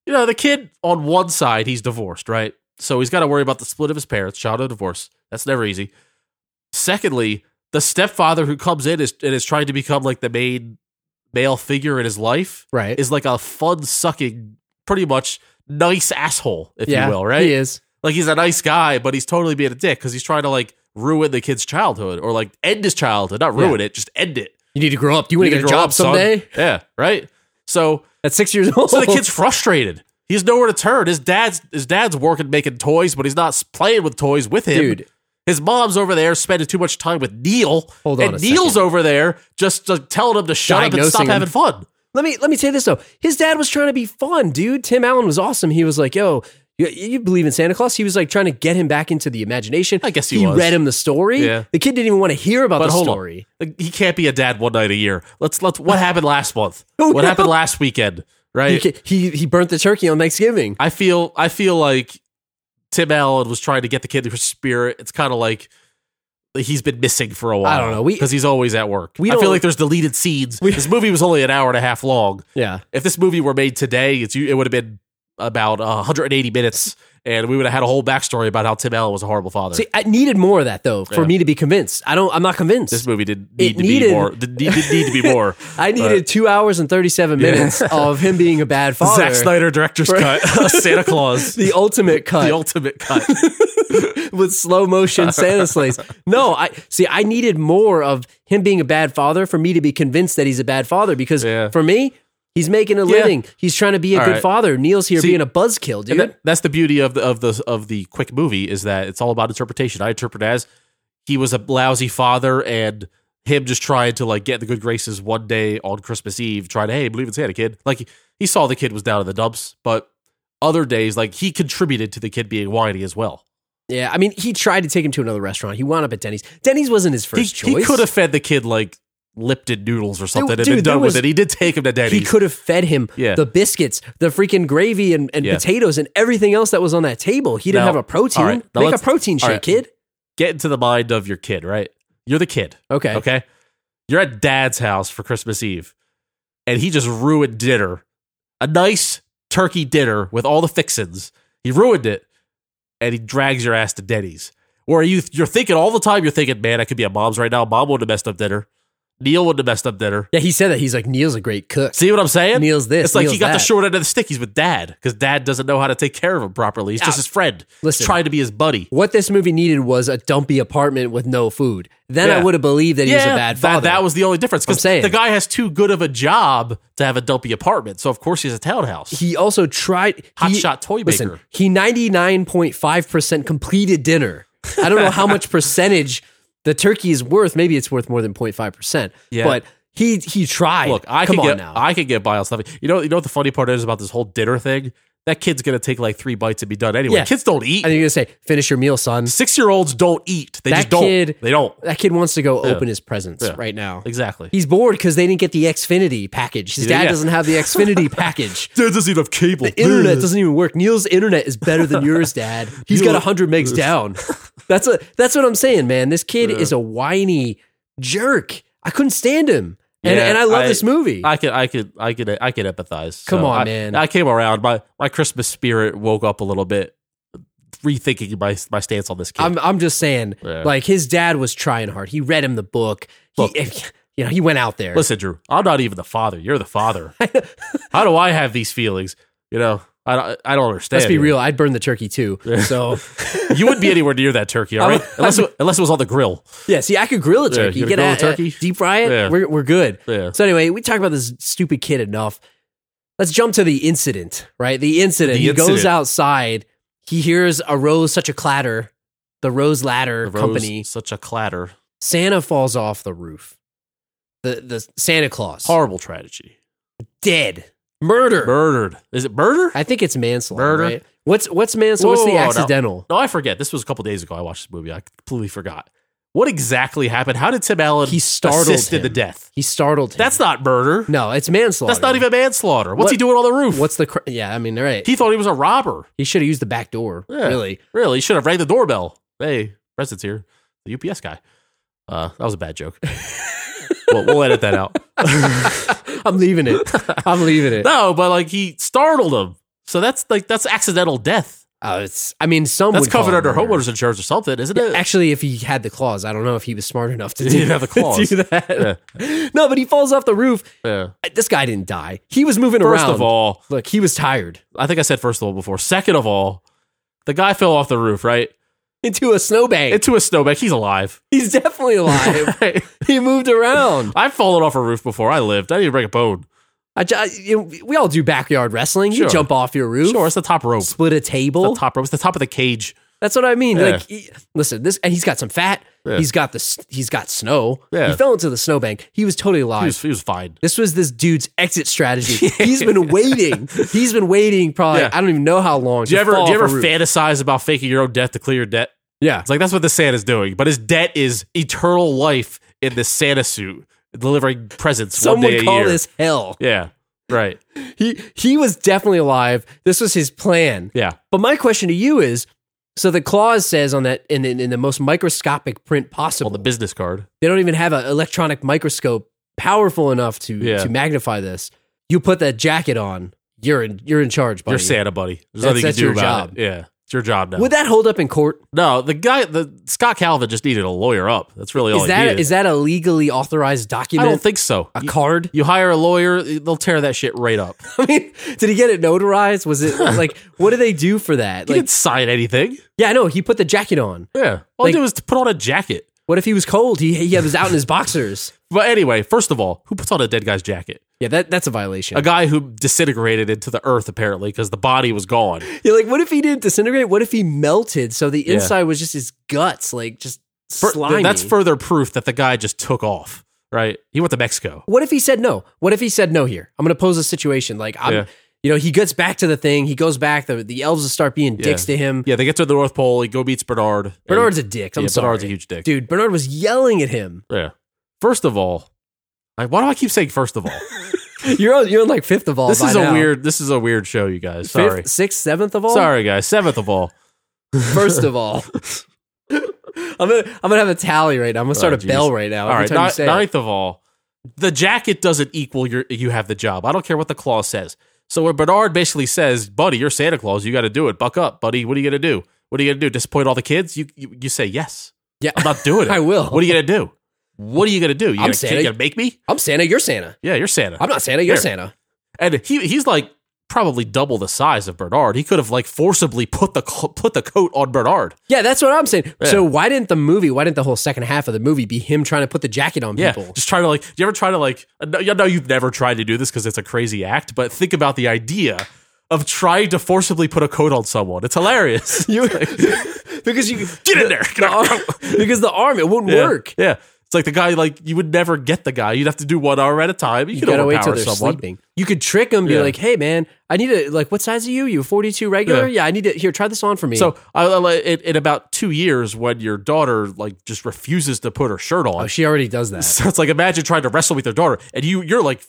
S2: you know, the kid on one side, he's divorced, right? So he's got to worry about the split of his parents, childhood divorce. That's never easy. Secondly, the stepfather who comes in is, and is trying to become like the main male figure in his life
S1: right?
S2: is like a fun sucking, pretty much nice asshole, if you will, right?
S1: He is.
S2: Like he's a nice guy, but he's totally being a dick because he's trying to like ruin the kid's childhood or like end his childhood, not ruin it, just end it.
S1: You need to grow up. Do you want to
S2: need
S1: get a
S2: grow
S1: job
S2: up, son.
S1: someday?
S2: Yeah, right. So
S1: At six years old.
S2: so the kid's frustrated. He's nowhere to turn. His dad's his dad's working making toys, but he's not s- playing with toys with him.
S1: Dude.
S2: His mom's over there spending too much time with Neil.
S1: Hold on
S2: and
S1: a
S2: Neil's over there just uh, telling him to shut up and
S1: Diagnosing
S2: stop
S1: him.
S2: having fun.
S1: Let me let me say this though. His dad was trying to be fun, dude. Tim Allen was awesome. He was like, "Yo, you, you believe in Santa Claus?" He was like trying to get him back into the imagination.
S2: I guess he was.
S1: read him the story.
S2: Yeah.
S1: The kid didn't even want to hear about
S2: But
S1: the
S2: hold on.
S1: story.
S2: Like, He can't be a dad one night a year. Let's let's
S1: Uh,
S2: what happened last month?
S1: Oh,
S2: what
S1: no.
S2: happened last weekend?
S1: He,
S2: Right?
S1: ca- he he burnt the turkey on Thanksgiving.
S2: I feel I feel like Tim Allen was trying to get the kid to his spirit. It's kind of like he's been missing for a while.
S1: don't know. We-
S2: because he's always at work.
S1: We
S2: I
S1: don't-
S2: feel like there's deleted scenes.
S1: We-
S2: this movie was only an hour and a half long.
S1: Yeah,
S2: If this movie were made today, it's it would have been about uh, 180 minutes, and we would have had a whole backstory about how Tim Allen was a horrible father.
S1: see, I needed more of that though for
S2: Yeah.
S1: me to be convinced. I don't. I'm not convinced.
S2: this movie did need
S1: It
S2: to
S1: needed-
S2: be more. Did need, did need to be more.
S1: I needed two hours and thirty seven minutes of him being a bad father.
S2: Zack Snyder director's cut, Santa Claus,
S1: The ultimate cut.
S2: the ultimate cut.
S1: with slow motion Santa slays. No, I see. I needed more of him being a bad father for me to be convinced that he's a bad father. Because
S2: Yeah.
S1: for me, he's making a living. He's trying to be a
S2: All
S1: good
S2: right.
S1: father. Neil's here
S2: See,
S1: being a buzzkill, dude.
S2: And that- that's the beauty of the of the of the quick movie is that it's all about interpretation. I interpret as he was a lousy father and him just trying to like get the good graces one day on Christmas Eve, trying to hey believe in Santa, kid. Like he saw the kid was down in the dumps, but other days like he contributed to the kid being whiny as well.
S1: yeah, I mean, he tried to take him to another restaurant. He wound up at Denny's. Denny's wasn't his
S2: He,
S1: first
S2: he
S1: choice.
S2: could have fed the kid like Lipton noodles or something
S1: dude,
S2: and been
S1: there
S2: done
S1: was-
S2: with it. He did take him to
S1: He
S2: Denny's.
S1: could have fed him
S2: Yeah.
S1: the biscuits, the freaking gravy, and, and
S2: Yeah.
S1: potatoes, and everything else that was on that table. He didn't
S2: Now-
S1: have a protein.
S2: all right, now
S1: Make a
S2: let's-
S1: protein shake,
S2: all right.
S1: kid.
S2: get into the mind of your kid, right? You're the kid.
S1: Okay.
S2: Okay. You're at dad's house for Christmas Eve, and he just ruined dinner. A nice turkey dinner with all the fixins. He ruined it, and he drags your ass to Denny's. Where you you're thinking all the time, you're thinking, man, I could be at mom's right now. Mom wouldn't have messed up dinner. Neil wouldn't have messed up dinner.
S1: Yeah, he said that. He's like, Neil's a great cook.
S2: See what I'm saying?
S1: Neil's this.
S2: it's like he
S1: Neil's
S2: got the
S1: that.
S2: short end of the stick. He's with dad because dad doesn't know how to take care of him properly. He's just
S1: Ah,
S2: his friend.
S1: listen.
S2: he's trying to be his buddy.
S1: What this movie needed was a dumpy apartment with no food. Then I
S2: Yeah.
S1: would have believed that he was a bad
S2: that-
S1: father.
S2: That, was the only difference.
S1: I'm saying.
S2: the guy has too good of a job to have a dumpy apartment, so of course he has a townhouse.
S1: he also tried
S2: Hot
S1: he-
S2: shot toy
S1: Listen,
S2: maker.
S1: he ninety nine point five percent completed dinner. I don't know how much percentage the turkey is worth. Maybe it's worth more than 05 percent.
S2: Yeah.
S1: But he he tried.
S2: Look, I
S1: come
S2: could
S1: on
S2: get
S1: now.
S2: I could get by on stuff. You know, you know what the funny part is about this whole dinner thing? That kid's gonna take like three bites and be done anyway.
S1: Yeah.
S2: Kids don't eat.
S1: I think you're gonna say, finish your meal, son.
S2: Six year olds don't eat. They
S1: That
S2: just don't.
S1: kid-
S2: they don't.
S1: That kid wants to go open his presents right now.
S2: Exactly.
S1: He's bored because they didn't get the Xfinity package. His
S2: Yeah,
S1: dad
S2: yeah.
S1: doesn't have the Xfinity package.
S2: Dad doesn't even have cable.
S1: internet doesn't even work. Neil's internet is better than yours, Dad. He's got
S2: Neil-
S1: hundred megs down. That's a that's what I'm saying, man. This kid is a whiny jerk. I couldn't stand him, and
S2: Yeah,
S1: and I love
S2: I-
S1: this movie.
S2: I could, I could, I could, I could empathize.
S1: Come on,
S2: I-
S1: man.
S2: I came around. My my Christmas spirit woke up a little bit, rethinking my my stance on this kid.
S1: I'm I'm just saying,
S2: Yeah.
S1: like his dad was trying hard. He read him the book. He,
S2: Look.
S1: you know, he went out there.
S2: Listen, Drew, I'm not even the father. You're the father. How do I have these feelings? You know, I don't, I don't understand.
S1: Let's be
S2: you.
S1: real. I'd burn the turkey too. So
S2: You wouldn't be anywhere near that turkey, all
S1: I'm-
S2: right? unless, it, unless it was on the grill.
S1: yeah, see, I could grill a turkey.
S2: you
S1: Get
S2: gonna grill
S1: at,
S2: a turkey?
S1: deep fry it.
S2: Yeah.
S1: We're we're good.
S2: Yeah.
S1: So anyway, we talked about this stupid kid enough. Let's jump to the incident, right? The incident.
S2: The
S1: he goes
S2: incident.
S1: outside. He hears a rose, such a clatter. The Rose Ladder
S2: The rose,
S1: Company.
S2: Such a clatter.
S1: Santa falls off the roof. The the Santa Claus
S2: Horrible tragedy.
S1: dead. Murder.
S2: Murdered. Is it murder?
S1: I think it's manslaughter.
S2: Murder.
S1: Right? What's what's manslaughter?
S2: Whoa,
S1: what's the
S2: whoa, whoa, no.
S1: accidental?
S2: no, I forget. This was a couple days ago. I watched this movie. I completely forgot. What exactly happened? How did Tim Allen
S1: He startled
S2: assist in
S1: him.
S2: the death?
S1: He startled. Him.
S2: That's not murder.
S1: no, it's manslaughter.
S2: That's not even manslaughter. What's
S1: What-
S2: he doing on the roof?
S1: What's the cr- yeah? I mean, all right. He,
S2: he thought he was a robber.
S1: should have used the back door.
S2: Yeah.
S1: Really,
S2: Really, you should have rang the doorbell. Hey, President's here. The UPS guy. Uh, that was a bad joke. we'll, we'll edit that out.
S1: I'm leaving it. I'm leaving it.
S2: No, but like he startled him. So that's like that's accidental death.
S1: Oh, it's. I mean, some
S2: That's
S1: would call
S2: covered
S1: it
S2: under
S1: murder.
S2: homeowners insurance or something, isn't it?
S1: Actually, if he had the claws, I don't know if he was smart enough to
S2: He
S1: do,
S2: didn't have the claws.
S1: do that. No, but he falls off the roof. Uh,
S2: Yeah.
S1: This guy didn't die. He was moving
S2: First
S1: around.
S2: of all,
S1: look, he was tired.
S2: I think I said first of all before. Second of all, the guy fell off the roof, right?
S1: into a snowbank.
S2: into a snowbank. He's alive.
S1: He's definitely alive.
S2: Right?
S1: he moved around.
S2: I've fallen off a roof before. I lived. I didn't break a bone.
S1: I, ju- I- you know, we all do backyard wrestling.
S2: Sure.
S1: You jump off your roof,
S2: Sure, it's the top rope. It's
S1: split a
S2: the
S1: table.
S2: top rope. It's the top of the cage.
S1: That's what I mean.
S2: Yeah.
S1: Like, he- listen, this and he's got some fat.
S2: Yeah.
S1: He's got this. He's got snow.
S2: Yeah.
S1: He fell into the snowbank. He was totally alive.
S2: He was, he was fine.
S1: This was this dude's exit strategy. He's been waiting. He's been waiting probably
S2: Yeah.
S1: I don't even know how long.
S2: Do you
S1: to
S2: ever
S1: fall
S2: do you
S1: off a
S2: ever
S1: roof.
S2: fantasize about faking your own death to clear your debt?
S1: Yeah.
S2: It's like that's what the Santa's doing, but his debt is eternal life in this Santa suit, delivering presents one day
S1: Someone
S2: a
S1: call
S2: year.
S1: this hell.
S2: Yeah, right.
S1: He he was definitely alive. This was his plan.
S2: Yeah,
S1: But my question to you is so the clause says on that in in, in the most microscopic print possible.
S2: on the business card.
S1: they don't even have an electronic microscope powerful enough to
S2: Yeah.
S1: to magnify this. You put that jacket on, you're in you're in charge, buddy.
S2: You're Santa, buddy. There's
S1: That's-
S2: nothing you
S1: that's
S2: can do
S1: your
S2: about
S1: job.
S2: it. Yeah, it's your job now.
S1: Would that hold up in court?
S2: no, the guy, the Scott Calvin, just needed a lawyer up. That's really all
S1: Is
S2: he
S1: that
S2: needed.
S1: is that a legally authorized
S2: I
S1: document?
S2: don't think so.
S1: a
S2: You,
S1: card?
S2: you hire a lawyer, they'll tear that shit right up.
S1: I mean, did he get it notarized? Was it like what do they do for that?
S2: He
S1: Like,
S2: didn't sign anything.
S1: yeah, I know he put the jacket on.
S2: Yeah, all
S1: Like-
S2: he did was to put on a jacket.
S1: What if he was cold? He he was out in his boxers.
S2: But anyway, first of all, who puts on a dead guy's jacket?
S1: Yeah, that that's a violation.
S2: A guy who disintegrated into the earth apparently because the body was gone.
S1: You're like, what if he didn't disintegrate? What if he melted? So the
S2: Yeah.
S1: inside was just his guts, like just
S2: Fur-
S1: slimy.
S2: That's further proof that the guy just took off. Right? He went to Mexico.
S1: What if he said no? What if he said no here? I'm going to pose a situation like I'm,
S2: Yeah.
S1: you know, he gets back to the thing. He goes back. The, the elves will start being dicks to him.
S2: Yeah, they get to the North Pole. He go meets Bernard.
S1: Bernard's a dick.
S2: yeah,
S1: I'm sorry,
S2: Bernard's a huge dick.
S1: dude. Bernard was yelling at him.
S2: Yeah. First of all, I, why do I keep saying first of all?
S1: You're on, you're on like fifth of all.
S2: this
S1: by
S2: is a
S1: now.
S2: weird. This is a weird show, you guys.
S1: Fifth,
S2: Sorry.
S1: sixth, seventh of all.
S2: Sorry, guys. Seventh of all.
S1: First of all, I'm gonna I'm gonna have a tally right now. I'm gonna start
S2: Oh,
S1: a
S2: geez.
S1: bell right now.
S2: All
S1: every
S2: right.
S1: time you
S2: ni-
S1: say it.
S2: ninth of all, the jacket doesn't equal your. You have the job. I don't care what the clause says. So when Bernard basically says, "Buddy, you're Santa Claus. You got to do it. Buck up, buddy. What are you gonna do? What are you gonna do? Disappoint all the kids? You you, you say yes.
S1: yeah,
S2: I'm not doing it.
S1: I will.
S2: What are you gonna do? What are you gonna do? You
S1: I'm
S2: gonna,
S1: Santa.
S2: you gonna make me?
S1: I'm Santa. You're Santa.
S2: Yeah, you're Santa.
S1: I'm not Santa. You're
S2: Here.
S1: Santa.
S2: and he he's like probably double the size of Bernard. He could have like forcibly put the co- put the coat on Bernard.
S1: Yeah, that's what I'm saying.
S2: Yeah.
S1: So why didn't the movie? Why didn't the whole second half of the movie be him trying to put the jacket on
S2: Yeah,
S1: people?
S2: just try to like. Do you ever try to like? uh, I know- I know you've never tried to do this because it's a crazy act, but think about the idea of trying to forcibly put a coat on someone. It's hilarious.
S1: You, because you
S2: Get in there.
S1: the arm, because the arm it wouldn't
S2: Yeah,
S1: work.
S2: Yeah. It's like the guy, like you would never get the guy. You'd have to do one hour at a time. You,
S1: You
S2: could
S1: gotta
S2: overpower
S1: wait till they're
S2: someone.
S1: sleeping. You could trick them, be
S2: Yeah.
S1: like, "Hey, man, I need to like, what size are you? You forty two regular? Yeah. I need to here. Try this on for me.
S2: So, I, I, in, in about two years, when your daughter like just refuses to put her shirt on,
S1: oh, she already does that.
S2: So it's like imagine trying to wrestle with your daughter, and you you're like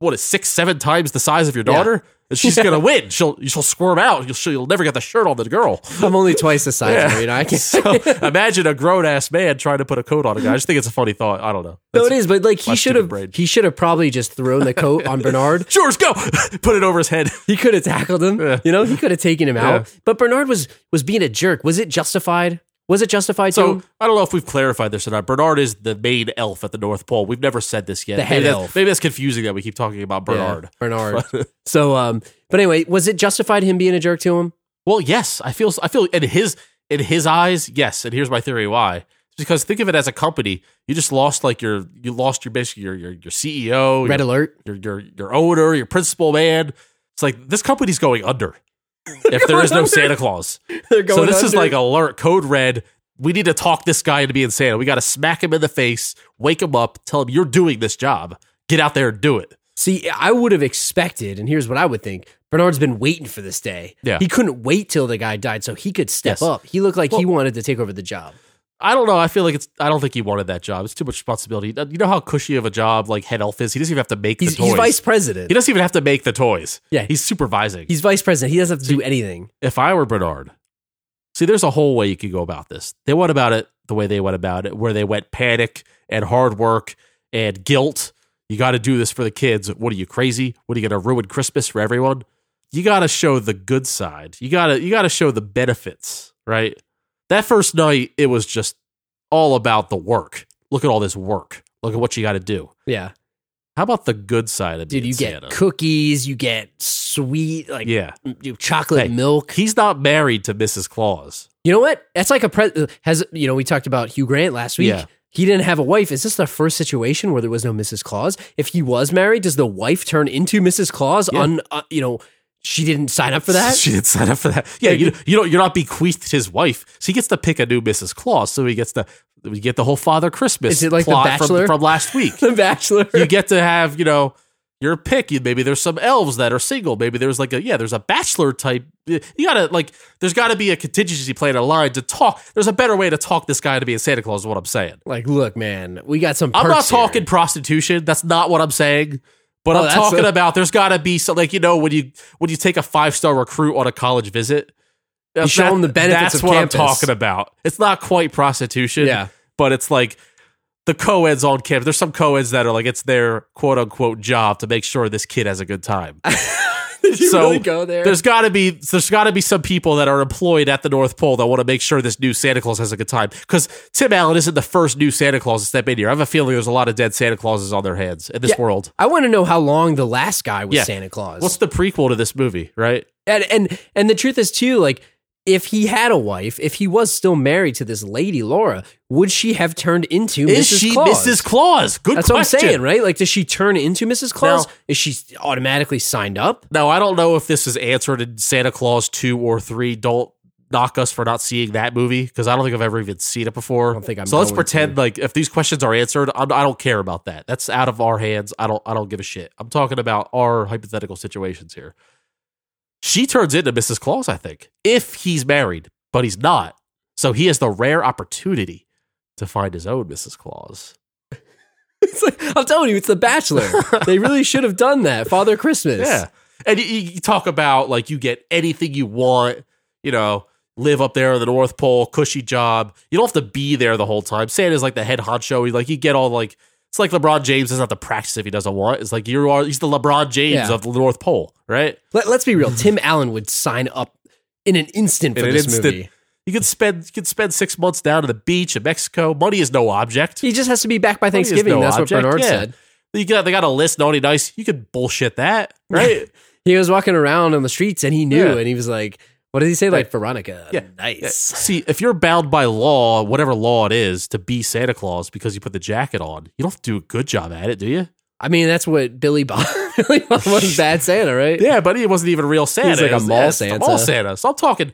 S2: what is six seven times the size of your
S1: Yeah.
S2: daughter, and she's gonna win. She'll she'll squirm out. You'll she'll never get the shirt on the girl.
S1: I'm only twice the size.
S2: Yeah.
S1: of her, you know, I can't.
S2: So imagine a grown ass man trying to put a coat on a guy. I just think it's a funny thought. I don't know.
S1: No, it is, but like he
S2: my
S1: should
S2: stupid
S1: have.
S2: brain.
S1: He should have probably just thrown the coat on Bernard.
S2: Sure, let's go. Put it over his head.
S1: He could have tackled him.
S2: Yeah.
S1: You know, he could have taken him out. But Bernard was was being a jerk. Was it justified? Was it justified? to
S2: So
S1: him?
S2: I don't know if we've clarified this or not. Bernard is the main elf at the North Pole. We've never said this yet.
S1: The head
S2: maybe, that's-
S1: elf.
S2: maybe that's confusing that we keep talking about
S1: Yeah,
S2: Bernard.
S1: Bernard. so, um, but anyway, was it justified him being a jerk to him?
S2: Well, yes, I feel I feel in his in his eyes, yes. And here's my theory why. It's because think of it as a company, you just lost like your you lost your basically your your, your CEO,
S1: Red
S2: your,
S1: alert.
S2: your your your owner, your principal man. It's like this company's going under. If there is no
S1: under.
S2: Santa Claus,
S1: They're
S2: so this is like alert code red. We need to talk this guy into being Santa. We got to smack him in the face, wake him up, tell him you're doing this job. Get out there and do it.
S1: See, I would have expected, and here's what I would think. Bernard's been waiting for this day.
S2: Yeah.
S1: He couldn't wait till the guy died so he could step
S2: Yes.
S1: up. He looked like he
S2: Well-
S1: wanted to take over the job.
S2: I don't know. I feel like it's. I don't think he wanted that job. It's too much responsibility. Uh, You know how cushy of a job like head elf is. He doesn't even have to make
S1: He's,
S2: the toys.
S1: he's vice
S2: he
S1: president.
S2: doesn't even have to make the toys.
S1: Yeah.
S2: he's supervising.
S1: He's vice president. He doesn't have to do anything.
S2: if I were Bernard, see, there's a whole way you could go about this. They went about it the way they went about it, where they went panic and hard work and guilt. You got to do this for the kids. What are you crazy? What are you going to ruin Christmas for everyone? You got to show the good side. You got to you got to show the benefits, right? That first night, it was just all about the work. Look at all this work. Look at what you got to do.
S1: Yeah.
S2: How about the good side of
S1: Dude,
S2: being
S1: you get
S2: Santa?
S1: cookies, you get sweet, like
S2: yeah,
S1: you- chocolate
S2: Hey.
S1: milk.
S2: he's not married to Mrs. Claus.
S1: You know what? That's like a pre. Has you know we talked about Hugh Grant last week.
S2: Yeah.
S1: He didn't have a wife. Is this the first situation where there was no Mrs. Claus? If he was married, does the wife turn into Mrs. Claus?
S2: Yeah.
S1: On uh, you know, she didn't sign up for that.
S2: she didn't sign up for that. Yeah, you you don't you're not bequeathed his wife, so he gets to pick a new Mrs. Claus. So he gets the we get the whole Father Christmas.
S1: Is it like The
S2: plot from-
S1: Bachelor?
S2: from last week?
S1: the Bachelor.
S2: you get to have you know your pick You- maybe there's some elves that are single maybe there's like a yeah there's a bachelor type you gotta like there's gotta be a contingency plan line to talk there's a better way to talk this guy to be a santa claus is what i'm saying
S1: like, look, man, we got some.
S2: i'm not
S1: perks here.
S2: talking prostitution that's not what i'm saying but
S1: Oh,
S2: i'm
S1: that's
S2: talking
S1: a-
S2: about there's gotta be some like you know when you when you take a five star recruit on a college visit that's-
S1: show 'em the benefits
S2: that's
S1: of
S2: what
S1: campus.
S2: i'm talking about it's not quite prostitution
S1: Yeah.
S2: but it's like the co-eds on campus. There's some co-eds that are like it's their quote unquote job to make sure this kid has a good time.
S1: Did you
S2: So,
S1: really go there?
S2: there's got to be there's got to be some people that are employed at the North Pole that want to make sure this new Santa Claus has a good time because Tim Allen isn't the first new Santa Claus to step in here. I have a feeling there's a lot of dead Santa Clauses on their hands in this
S1: Yeah.
S2: world.
S1: I want to know how long the last guy was
S2: Yeah.
S1: Santa Claus.
S2: What's the prequel to this movie, right?
S1: and and and the truth is too like if he had a wife if he was still married to this lady laura would she have turned into
S2: Is
S1: mrs.
S2: she
S1: Claus?
S2: Mrs. Claus? Good
S1: that's
S2: question.
S1: what i'm saying right like does she turn into mrs claus
S2: No.
S1: is she automatically signed up
S2: Now, I don't know if this is answered in Santa Claus 2 or 3. Don't knock us for not seeing that movie because I don't think I've ever even seen it before. I
S1: don't think I'm
S2: so. Let's
S1: going
S2: pretend like if these questions are answered, I'm, I don't care about that. That's out of our hands. I don't. I don't give a shit. I'm talking about our hypothetical situations here. She turns into Mrs. Claus, I think, if he's married, but he's not. So he has the rare opportunity to find his own Mrs. Claus.
S1: it's like, i'm telling you it's the bachelor they really should have done that father christmas
S2: Yeah. And you, you talk about like you get anything you want, you know, live up there in the North Pole, cushy job. You don't have to be there the whole time. Santa's like the head honcho. He like you get all like it's like LeBron James doesn't have to practice if he doesn't want. It's like you are he's the LeBron James
S1: Yeah.
S2: of the North Pole, right?
S1: Let, us be real tim allen would sign up in an instant for
S2: In an
S1: this
S2: instant.
S1: movie
S2: You could spend you could spend six months down to the beach in Mexico. Money is no object.
S1: he just has to be back by
S2: Money is
S1: thanksgiving
S2: Oh, no
S1: that's
S2: object,
S1: what bernard
S2: yeah.
S1: said
S2: You got they got a list, naughty nice. You could bullshit that, right?
S1: he was walking around on the streets and he knew
S2: Yeah.
S1: and he was like what did he say like
S2: Right.
S1: veronica
S2: Yeah. Yeah,
S1: nice
S2: See, if you're bound by law, whatever law it is, to be Santa Claus because you put the jacket on, you don't have to do a good job at it, do you?
S1: I mean, that's what Billy Bob, Billy Bob was bad Santa, right?
S2: Yeah, but he wasn't even a real Santa.
S1: He's like a
S2: It was-
S1: mall
S2: yeah, it's the
S1: Santa.
S2: mall Santa. So I'm talking.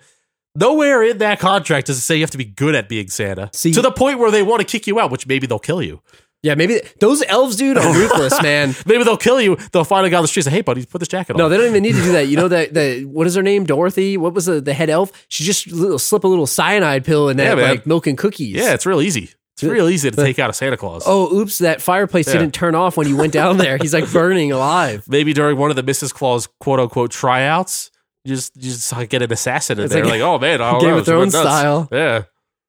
S2: Nowhere in that contract does it say you have to be good at being Santa.
S1: See-
S2: to the point where they want to kick you out, which maybe they'll kill you.
S1: Yeah, maybe those elves, dude, are ruthless, man.
S2: Maybe they'll kill you. They'll find a guy on the street and say, "Hey, buddy, put this jacket on."
S1: No, they don't even need to do that. You know that the what is her name? Dorothy. What was the, the head elf? She just little, slip a little cyanide pill in
S2: Yeah,
S1: that
S2: man.
S1: like milk and cookies.
S2: yeah, it's real easy. It's real easy to take out a Santa Claus.
S1: Oh, oops! That fireplace
S2: Yeah.
S1: didn't turn off when you went down there. He's like burning alive.
S2: Maybe during one of the Mrs. Claus quote unquote tryouts, you just you just like, get an assassin in
S1: It's
S2: there.
S1: like
S2: Like, oh man, I don't
S1: Game
S2: know.
S1: of
S2: She
S1: Thrones
S2: went nuts.
S1: style.
S2: Yeah.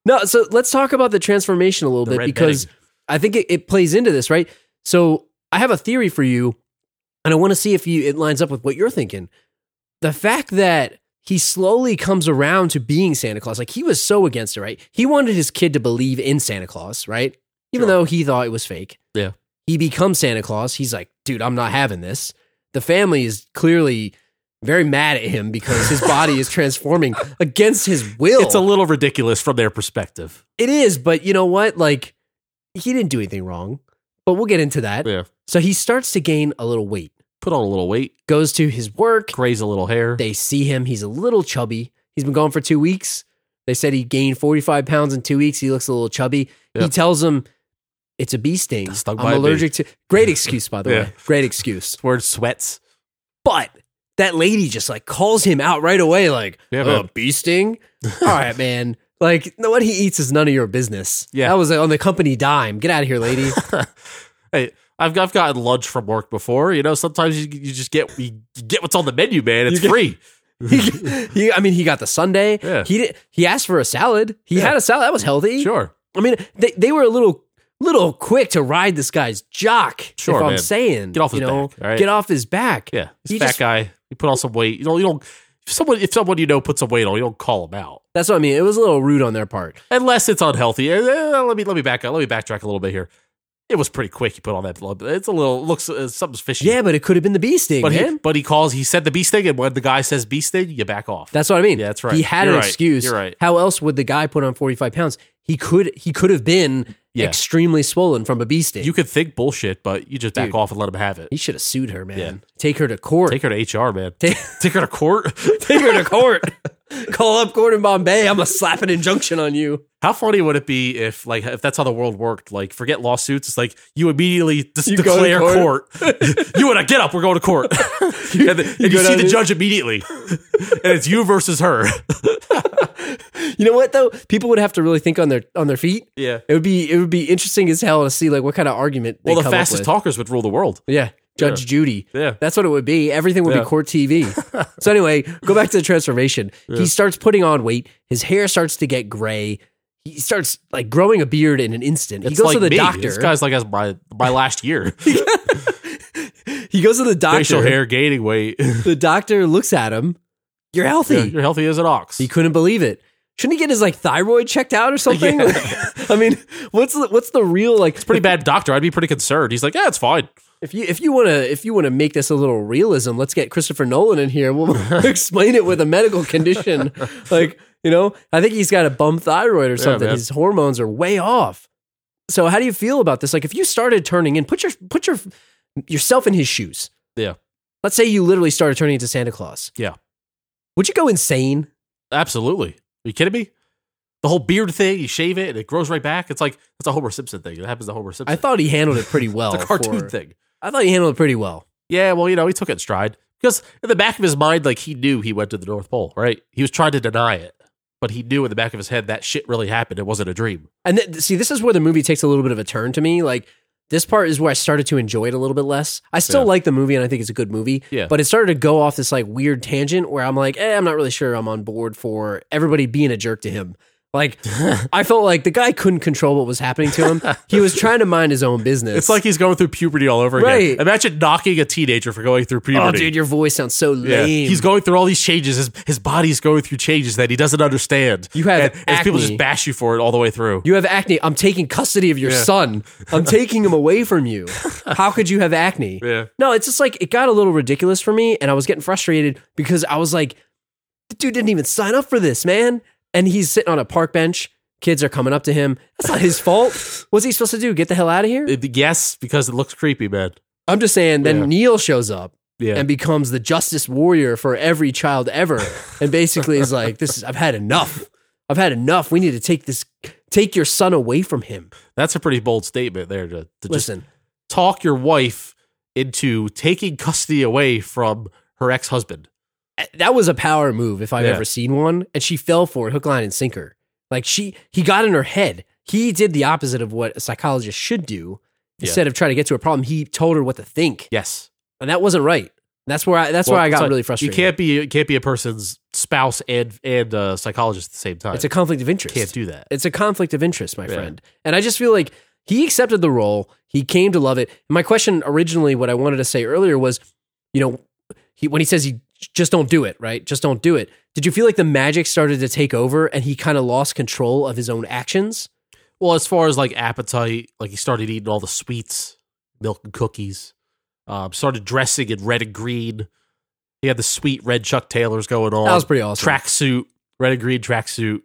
S1: No, so let's talk about the transformation a little
S2: The
S1: bit
S2: red
S1: because I think it, it plays into this, right? So I have a theory for you, and I want to see if you it lines up with what you're thinking. The fact that he slowly comes around to being Santa Claus, like he was so against it, right? He wanted his kid to believe in Santa Claus, right? Even
S2: Sure.
S1: though he thought it was fake.
S2: Yeah.
S1: He becomes Santa Claus. He's like, dude, I'm not having this. The family is clearly very mad at him because his body is transforming against his will.
S2: It's a little ridiculous from their perspective.
S1: It is, but you know what? Like, he didn't do anything wrong, but we'll get into that.
S2: Yeah.
S1: So he starts to gain a little weight,
S2: Put on a little weight,
S1: goes to his work.
S2: graze a little hair.
S1: They see him. He's a little chubby. He's been gone for two weeks. They said he gained 45 pounds in two weeks. He looks a little chubby.
S2: Yeah.
S1: He tells him, It's a bee sting.
S2: Got stung by
S1: I'm
S2: a bee."
S1: allergic to. Great excuse, by the
S2: Yeah.
S1: way. Great excuse.
S2: Word sweats.
S1: But that lady just like calls him out right away, like,
S2: Yeah,
S1: "Uh,
S2: man.
S1: bee sting? All right, man. Like, no, what he eats is none of your business.
S2: Yeah.
S1: That was like, on the company dime. Get out of here, lady.
S2: hey, I've I've gotten lunch from work before. You know, sometimes you, you just get you get what's on the menu, man. It's
S1: get-
S2: free.
S1: he, he- I mean, he got the Sunday.
S2: Yeah.
S1: He did, he asked for a salad. He
S2: Yeah.
S1: had a salad. That was healthy.
S2: Sure.
S1: I mean, they, they were a little little quick to ride this guy's jock.
S2: Sure,
S1: if I'm
S2: man.
S1: saying,
S2: Get off his
S1: you know,
S2: back, all right?
S1: get off his back.
S2: Yeah. He's
S1: He
S2: a fat
S1: just-
S2: guy. You put on some weight. You don't you don't if someone if someone you know puts some weight on, you don't call them out.
S1: That's what I mean. It was a little rude on their part.
S2: Unless it's unhealthy. Eh, eh, Let me let me back up. Let me backtrack a little bit here. It was pretty quick. He put on that blood. It's a little looks uh, something's fishy.
S1: Yeah, but it could have been the bee sting,
S2: but
S1: man.
S2: he, but he calls. He said the bee sting, and when the guy says bee sting, you back off.
S1: That's what I mean.
S2: Yeah, that's right.
S1: He had
S2: You're
S1: an
S2: right.
S1: excuse.
S2: You're right.
S1: How else would the guy put on 45 pounds? He could he could have been
S2: Yeah.
S1: extremely swollen from a bee sting.
S2: you could think bullshit, but you just back
S1: Dude.
S2: off and let him have it.
S1: he should have sued her, man.
S2: Yeah.
S1: Take her to court.
S2: Take her to HR, man.
S1: Take-
S2: Take her to court.
S1: Take her to court. Call up Gordon Bombay. I'm gonna slap an injunction on you.
S2: How funny would it be if, like, if that's how the world worked? Like, forget lawsuits. It's like you immediately just
S1: You go to
S2: declare court. you and I get up. We're going to court, and, the- and you,
S1: go
S2: see
S1: down
S2: the
S1: there-
S2: judge immediately, and it's you versus her.
S1: You know what though? People would have to really think on their on their feet.
S2: Yeah.
S1: It would be it would be interesting as hell to see like what kind of argument. They
S2: Well, the
S1: come up
S2: fastest
S1: with.
S2: talkers would rule the world.
S1: Yeah. Judge Judy.
S2: Yeah.
S1: That's what it would be. Everything would
S2: Yeah.
S1: be court TV. so anyway, go back to the transformation. He starts putting on weight. His hair starts to get gray. He starts like growing a beard in an instant. he
S2: It's
S1: goes
S2: like
S1: to the
S2: me.
S1: doctor.
S2: This guy's like as my my last year.
S1: he goes to the doctor.
S2: Facial hair, gaining weight.
S1: The doctor looks at him. You're healthy.
S2: Yeah, You're healthy as an ox.
S1: He couldn't believe it. Shouldn't he get his like thyroid checked out or something?
S2: Yeah.
S1: I mean, what's the, what's the real like?
S2: Pretty bad doctor. I'd be pretty concerned. He's like, yeah, it's fine.
S1: If you if you want to if you want to make this a little realism, let's get Christopher Nolan in here. We'll explain it with a medical condition. like you know, I think he's got a bum thyroid or something.
S2: man.
S1: His hormones are way off. So how do you feel about this? Like if you started turning in, put your put your yourself in his shoes.
S2: Yeah.
S1: Let's say you literally started turning into Santa Claus.
S2: Yeah.
S1: Would you go insane?
S2: Absolutely. Are you kidding me? The whole beard thing, you shave it and it grows right back. It's like that's a Homer Simpson thing. It happens to Homer Simpson.
S1: I thought he handled it pretty well.
S2: it's a cartoon
S1: for-
S2: thing.
S1: I thought he handled it pretty well.
S2: Yeah, well, you know, he took it in stride. Because in the back of his mind, like he knew he went to the North Pole, right? He was trying to deny it. But he knew in the back of his head that shit really happened. It wasn't a dream.
S1: And th- see, this is where the movie takes a little bit of a turn to me. Like this part is where I started to enjoy it a little bit less. I still
S2: Yeah.
S1: like the movie and I think it's a good movie.
S2: Yeah.
S1: But it started to go off this like weird tangent where I'm like, eh, I'm not really sure I'm on board for everybody being a jerk to him. Like I felt like the guy couldn't control what was happening to him. he was trying to mind his own business.
S2: It's like he's going through puberty all over
S1: Right.
S2: again. Imagine knocking a teenager for going through puberty.
S1: Oh, dude, your voice sounds so lame.
S2: Yeah. He's going through all these changes. His, his body's going through changes that he doesn't understand.
S1: You have
S2: and, and people
S1: acne.
S2: just bash you for it all the way through.
S1: you have acne. I'm taking custody of your
S2: Yeah.
S1: son. I'm taking him away from you. How could you have acne?
S2: yeah.
S1: No, it's just like it got a little ridiculous for me, and I was getting frustrated because I was like, the dude didn't even sign up for this, man. And he's sitting on a park bench. Kids are coming up to him. That's not his fault. What's he supposed to do? Get the hell out of here?
S2: It- yes, because it looks creepy, man.
S1: I'm just saying. Then
S2: Yeah.
S1: Neil shows up
S2: Yeah.
S1: and becomes the justice warrior for every child ever, and basically is like, "This is I've had enough. I've had enough. We need to take this, take your son away from him."
S2: That's a pretty bold statement there to, to just
S1: Listen,
S2: talk your wife into taking custody away from her ex husband.
S1: that was a power move if I've
S2: Yeah.
S1: ever seen one. And she fell for it, hook, line, and sinker. Like she, he got in her head. He did the opposite of what a psychologist should do.
S2: Yeah.
S1: Instead of trying to get to a problem, he told her what to think,
S2: Yes.
S1: and that wasn't right. That's where I. That's where I got really frustrated.
S2: You can't be you can't be a person's spouse and and uh, psychologist at the same time.
S1: It's a conflict of interest.
S2: can't do that.
S1: It's a conflict of interest, my
S2: Yeah.
S1: friend. And I just feel like he accepted the role. He came to love it. My question originally, what I wanted to say earlier was, you know, he, when he says he just don't do it, right? Just don't do it. Did you feel like the magic started to take over and he kind of lost control of his own actions?
S2: Well, as far as like appetite, like he started eating all the sweets, milk and cookies. Um, started dressing in red and green. He had the sweet red Chuck Taylors going on.
S1: That was pretty awesome.
S2: tracksuit, red and green tracksuit.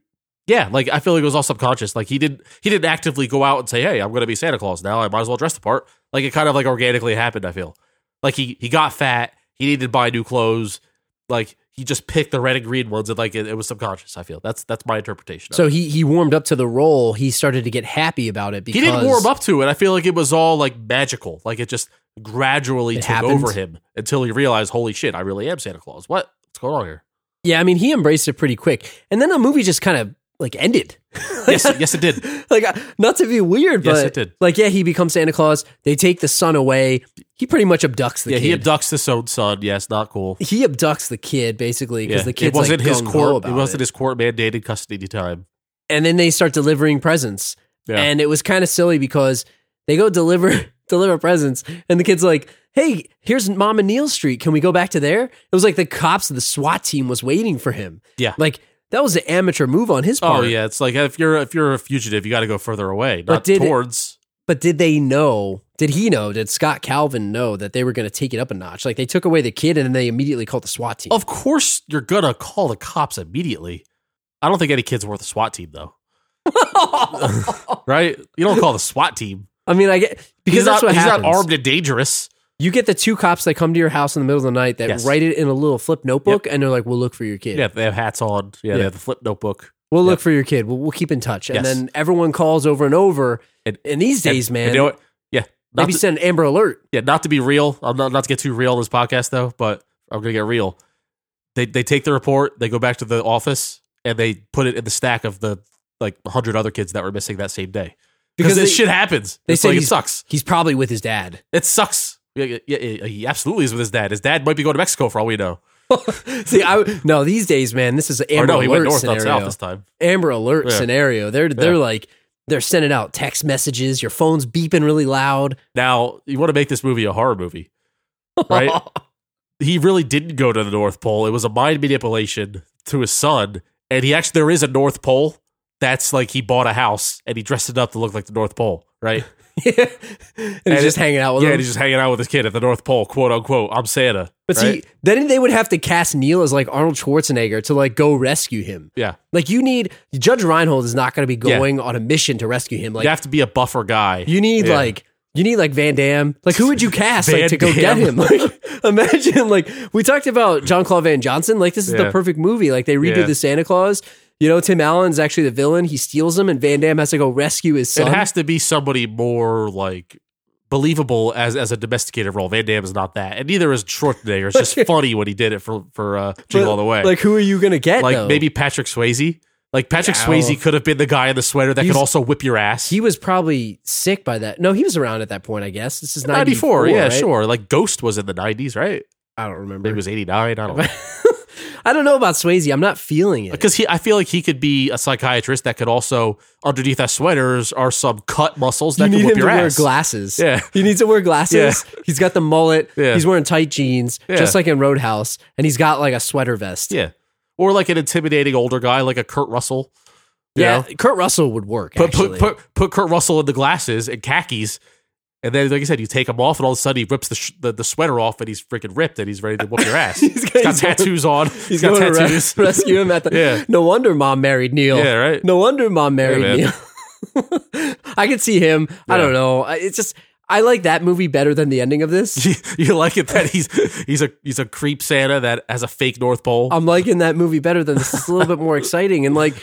S2: Yeah, like I feel like it was all subconscious. Like he didn't he didn't actively go out and say, "Hey, I'm going to be Santa Claus now. I might as well dress the part." Like it kind of like organically happened. I feel like he he got fat. He needed to buy new clothes. Like he just picked the red and green ones, and like it, it was subconscious. I feel that's that's my interpretation. of it.
S1: So he he warmed up to the role. He started to get happy about it
S2: he
S1: because
S2: didn't warm up to it. I feel like it was all like magical. Like it just gradually
S1: It
S2: took
S1: happened.
S2: over him until he realized, "Holy shit, I really am Santa Claus." What what's going on here?
S1: Yeah, I mean, he embraced it pretty quick, and then the movie just kind of like ended.
S2: yes, yes, it did.
S1: like uh, not to be weird,
S2: Yes,
S1: but
S2: it did.
S1: like yeah, he becomes Santa Claus. They take the son away. He pretty much abducts the
S2: yeah, he
S1: kid.
S2: abducts his own son. Yes, not cool.
S1: He, abducts the kid basically because
S2: Yeah,
S1: the kid's
S2: it wasn't
S1: like
S2: his
S1: gung-ho
S2: court. It
S1: about
S2: wasn't his court mandated custody time.
S1: and then they start delivering presents,
S2: Yeah.
S1: and it was kind of silly because they go deliver deliver presents, and the kid's like. Hey, here's Mom and Neil Street. Can we go back to there? It was like the cops, the SWAT team was waiting for him.
S2: Yeah.
S1: Like that was an amateur move on his
S2: oh
S1: part.
S2: yeah, it's like if you're if you're a fugitive, you got to go further away,
S1: But
S2: not
S1: did it-
S2: towards.
S1: But did they know? Did he know? Did Scott Calvin know that they were going to take it up a notch? Like they took away the kid and then they immediately called the SWAT team.
S2: Of course, you're gonna call the cops immediately. I don't think any kid's worth a SWAT team, though. right? You don't call the SWAT team
S1: I mean, I get because
S2: he's
S1: that's
S2: not,
S1: what
S2: he's
S1: happens.
S2: not armed and dangerous.
S1: You get the two cops that come to your house in the middle of the night that
S2: Yes.
S1: write it in a little flip notebook and they're like, "We'll look for your kid.
S2: Yeah, they have hats on. Yeah,
S1: Yeah.
S2: they have the flip notebook.
S1: We'll
S2: Yeah.
S1: look for your kid. We'll, we'll keep in touch." And
S2: Yes.
S1: then everyone calls over and over.
S2: And-
S1: And, these days, man,
S2: And you know what? Yeah, not
S1: maybe
S2: to,
S1: send Amber Alert.
S2: yeah, not to be real. I'm not not to get too real on this podcast though, but I'm gonna get real. They they take the report, they go back to the office, and they put it in the stack of the like 100 other kids that were missing that same day. Because
S1: Because
S2: this
S1: they-
S2: shit happens.
S1: they
S2: It's
S1: say
S2: like, it
S1: he's-
S2: sucks.
S1: He's probably with his dad.
S2: It sucks. Yeah, yeah, yeah, yeah, he absolutely is with his dad. His dad might be going to Mexico for all we know.
S1: See, I no these days, man, this is an
S2: or
S1: Amber
S2: no, he
S1: Alert
S2: went north,
S1: scenario.
S2: not south this time.
S1: Amber Alert
S2: Yeah.
S1: scenario. They're they're like they're sending out text messages. Your phone's beeping really loud.
S2: Now, you want to make this movie a horror movie, right? he really didn't go to the North Pole. It was a mind manipulation to his son. And he actually, there is a North Pole. That's like he bought a house and he dressed it up to look like the North Pole, right?
S1: and, he's
S2: it-
S1: just hanging out with
S2: yeah,
S1: them.
S2: and he's just hanging out with his kid at the North Pole, quote unquote. I'm Santa.
S1: But
S2: right?
S1: see, then they would have to cast Neil as like Arnold Schwarzenegger to like go rescue him.
S2: yeah,
S1: Like you need Judge Reinhold is not going to be
S2: Yeah.
S1: going on a mission to rescue him. Like
S2: you
S1: you,
S2: have to be a buffer guy.
S1: need
S2: Yeah.
S1: like you need like Van Damme. Like who would you cast
S2: Van
S1: like to go get
S2: Damme.
S1: him? Like imagine like we talked about John Claude Van Johnson. Like this is
S2: Yeah.
S1: the perfect movie. Like they redo
S2: Yeah.
S1: the Santa Claus. You know, Tim Allen's actually the villain. He steals him, and Van Damme has to go rescue his son.
S2: It has to be somebody more like believable as as a domesticated role. Van Damme is not that, and neither is Schwarzenegger. It's just funny when he did it for for uh, Jingle
S1: But,
S2: All the Way.
S1: Like who are you going to get?
S2: Like,
S1: though?
S2: maybe Patrick Swayze. Like Patrick
S1: Yeah,
S2: Swayze
S1: well,
S2: could have been the guy in the sweater that could
S1: he's-
S2: also whip your ass.
S1: he was probably sick by that. No, he was around at that point. I guess this is
S2: ninety four, yeah,
S1: right?
S2: sure. Like Ghost was in the nineties, right?
S1: I don't remember.
S2: Maybe it was eighty nine. I don't know
S1: I don't know about Swayze. I'm not feeling it.
S2: because he. I feel like he could be a psychiatrist that could also underneath our sweaters are some cut muscles
S1: You
S2: that
S1: need
S2: could
S1: him
S2: whip
S1: to
S2: your
S1: wear
S2: ass.
S1: glasses.
S2: Yeah.
S1: He needs to wear glasses. He's got the mullet.
S2: Yeah.
S1: He's wearing tight jeans,
S2: Yeah.
S1: just like in Roadhouse. And he's got like a sweater vest.
S2: yeah, or like an intimidating older guy, like a Kurt Russell. you
S1: Yeah.
S2: know?
S1: Kurt Russell would work.
S2: Put, put
S1: actually.
S2: put put Kurt Russell in the glasses and khakis, and then like I said, you take him off, and all of a sudden he rips the sh- the, the sweater off, and he's freaking ripped, and he's ready to whoop your ass. he's got,
S1: he's going-
S2: tattoos on.
S1: he's
S2: he's got
S1: going to re-
S2: tattoos.
S1: rescue him at the.
S2: Yeah.
S1: No wonder mom married Neil.
S2: yeah, right.
S1: No wonder mom married
S2: man.
S1: Neil. I could see him. I
S2: Yeah.
S1: don't know. I- It's just, I like that movie better than the ending of this.
S2: You, you like it that he's he's a he's a creep Santa that has a fake North Pole.
S1: I'm liking that movie better than this. It's a little bit more exciting. And like,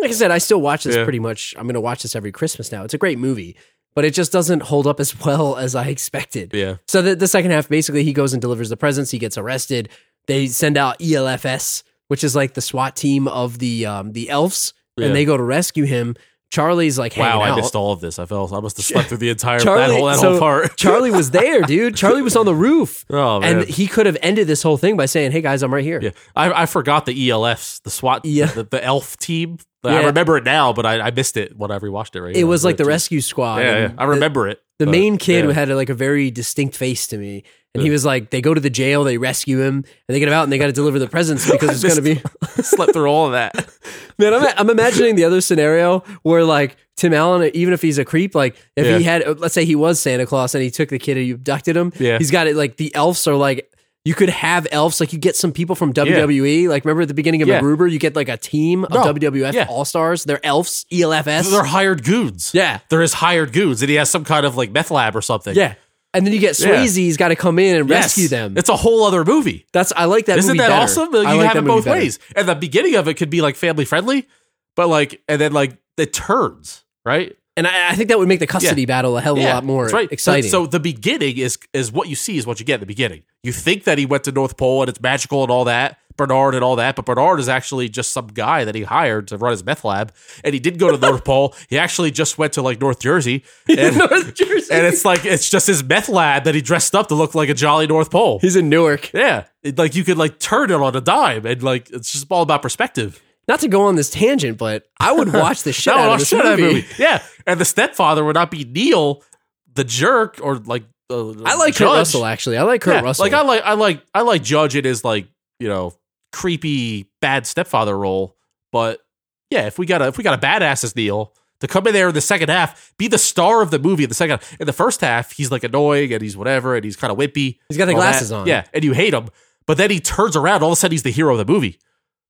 S1: like I said, I still watch this
S2: Yeah.
S1: pretty much. I'm going to watch this every Christmas now. It's a great movie, but it just doesn't hold up as well as I expected.
S2: yeah,
S1: So the, the second half, basically, he goes and delivers the presents. He gets arrested. They send out E ELFS, which is like the SWAT team of the um, the elves,
S2: Yeah.
S1: and they go to rescue him. Charlie's like, hanging
S2: wow, I
S1: out.
S2: missed all of this. I fell. I must have slept through the entire
S1: Charlie-
S2: that whole that
S1: so-
S2: whole part.
S1: Charlie was there, dude. Charlie was on the roof.
S2: oh man,
S1: And he could have ended this whole thing by saying, "Hey guys, I'm right here."
S2: yeah, I, I forgot the ELFs, the SWAT,
S1: Yeah.
S2: the, the Elf team. I
S1: Yeah.
S2: remember it now, but I, I missed it when I rewatched it. Right,
S1: It was like the
S2: rest.
S1: rescue squad.
S2: Yeah, yeah.
S1: and
S2: I
S1: the-
S2: remember it.
S1: the
S2: but,
S1: main kid
S2: yeah.
S1: had like a very distinct face to me and he was like they go to the jail they rescue him and they get him out and they got to deliver the presents because it's going to be
S2: slept through all of that.
S1: man I'm, I'm imagining the other scenario where like tim allen even if he's a creep like if he had uh, let's say he was santa claus and he took the kid and he abducted him
S2: Yeah.
S1: he's got it like the elves are like you could have elves like you get some people from WWE. Like remember at the beginning of
S2: Yeah.
S1: MacGruber, you get like a team of
S2: No.
S1: WWF
S2: Yeah.
S1: All Stars. They're elves, E ELFS.
S2: They're hired goons.
S1: yeah,
S2: There is hired goons, and he has some kind of like meth lab or something.
S1: yeah. And then you get
S2: Yeah.
S1: Swayze's got to come in and
S2: Yes.
S1: rescue them.
S2: It's a whole other movie.
S1: That's I like that.
S2: Isn't
S1: movie
S2: that
S1: better.
S2: awesome? You
S1: I like
S2: have
S1: that
S2: it
S1: movie
S2: both
S1: better.
S2: ways. And the beginning of it could be like family friendly, but like, and then like it turns, right?
S1: and I, I think that would make the custody battle a hell of a lot more
S2: that's right.
S1: exciting.
S2: So, so the beginning is is what you see is what you get in the beginning. You think that he went to North Pole and it's magical and all that, Bernard and all that, but Bernard is actually just some guy that he hired to run his meth lab, and he did go to the North Pole. He actually just went to like North Jersey, and,
S1: North Jersey.
S2: and it's like it's just his meth lab that he dressed up to look like a jolly North Pole.
S1: he's in Newark.
S2: Yeah, It- like you could like turn it on a dime, and like it's just all about perspective.
S1: Not to go on this tangent, but I would watch the shit
S2: No,
S1: out
S2: no,
S1: of this
S2: shut up,
S1: movie.
S2: movie. Yeah, and the stepfather would not be Neil, the jerk, or like uh,
S1: I like Kurt
S2: Judge.
S1: Russell actually. I like Kurt
S2: Yeah,
S1: Russell.
S2: Like I like I like I like Judge in his like you know creepy bad stepfather role, but yeah, if we got a if we got a badass as Neil to come in there in the second half, be the star of the movie in the second half. In the first half, he's like annoying and he's whatever and he's kind of wimpy.
S1: He's got the
S2: all
S1: glasses
S2: that.
S1: on.
S2: Yeah, and you hate him. But then he turns around, all of a sudden he's the hero of the movie.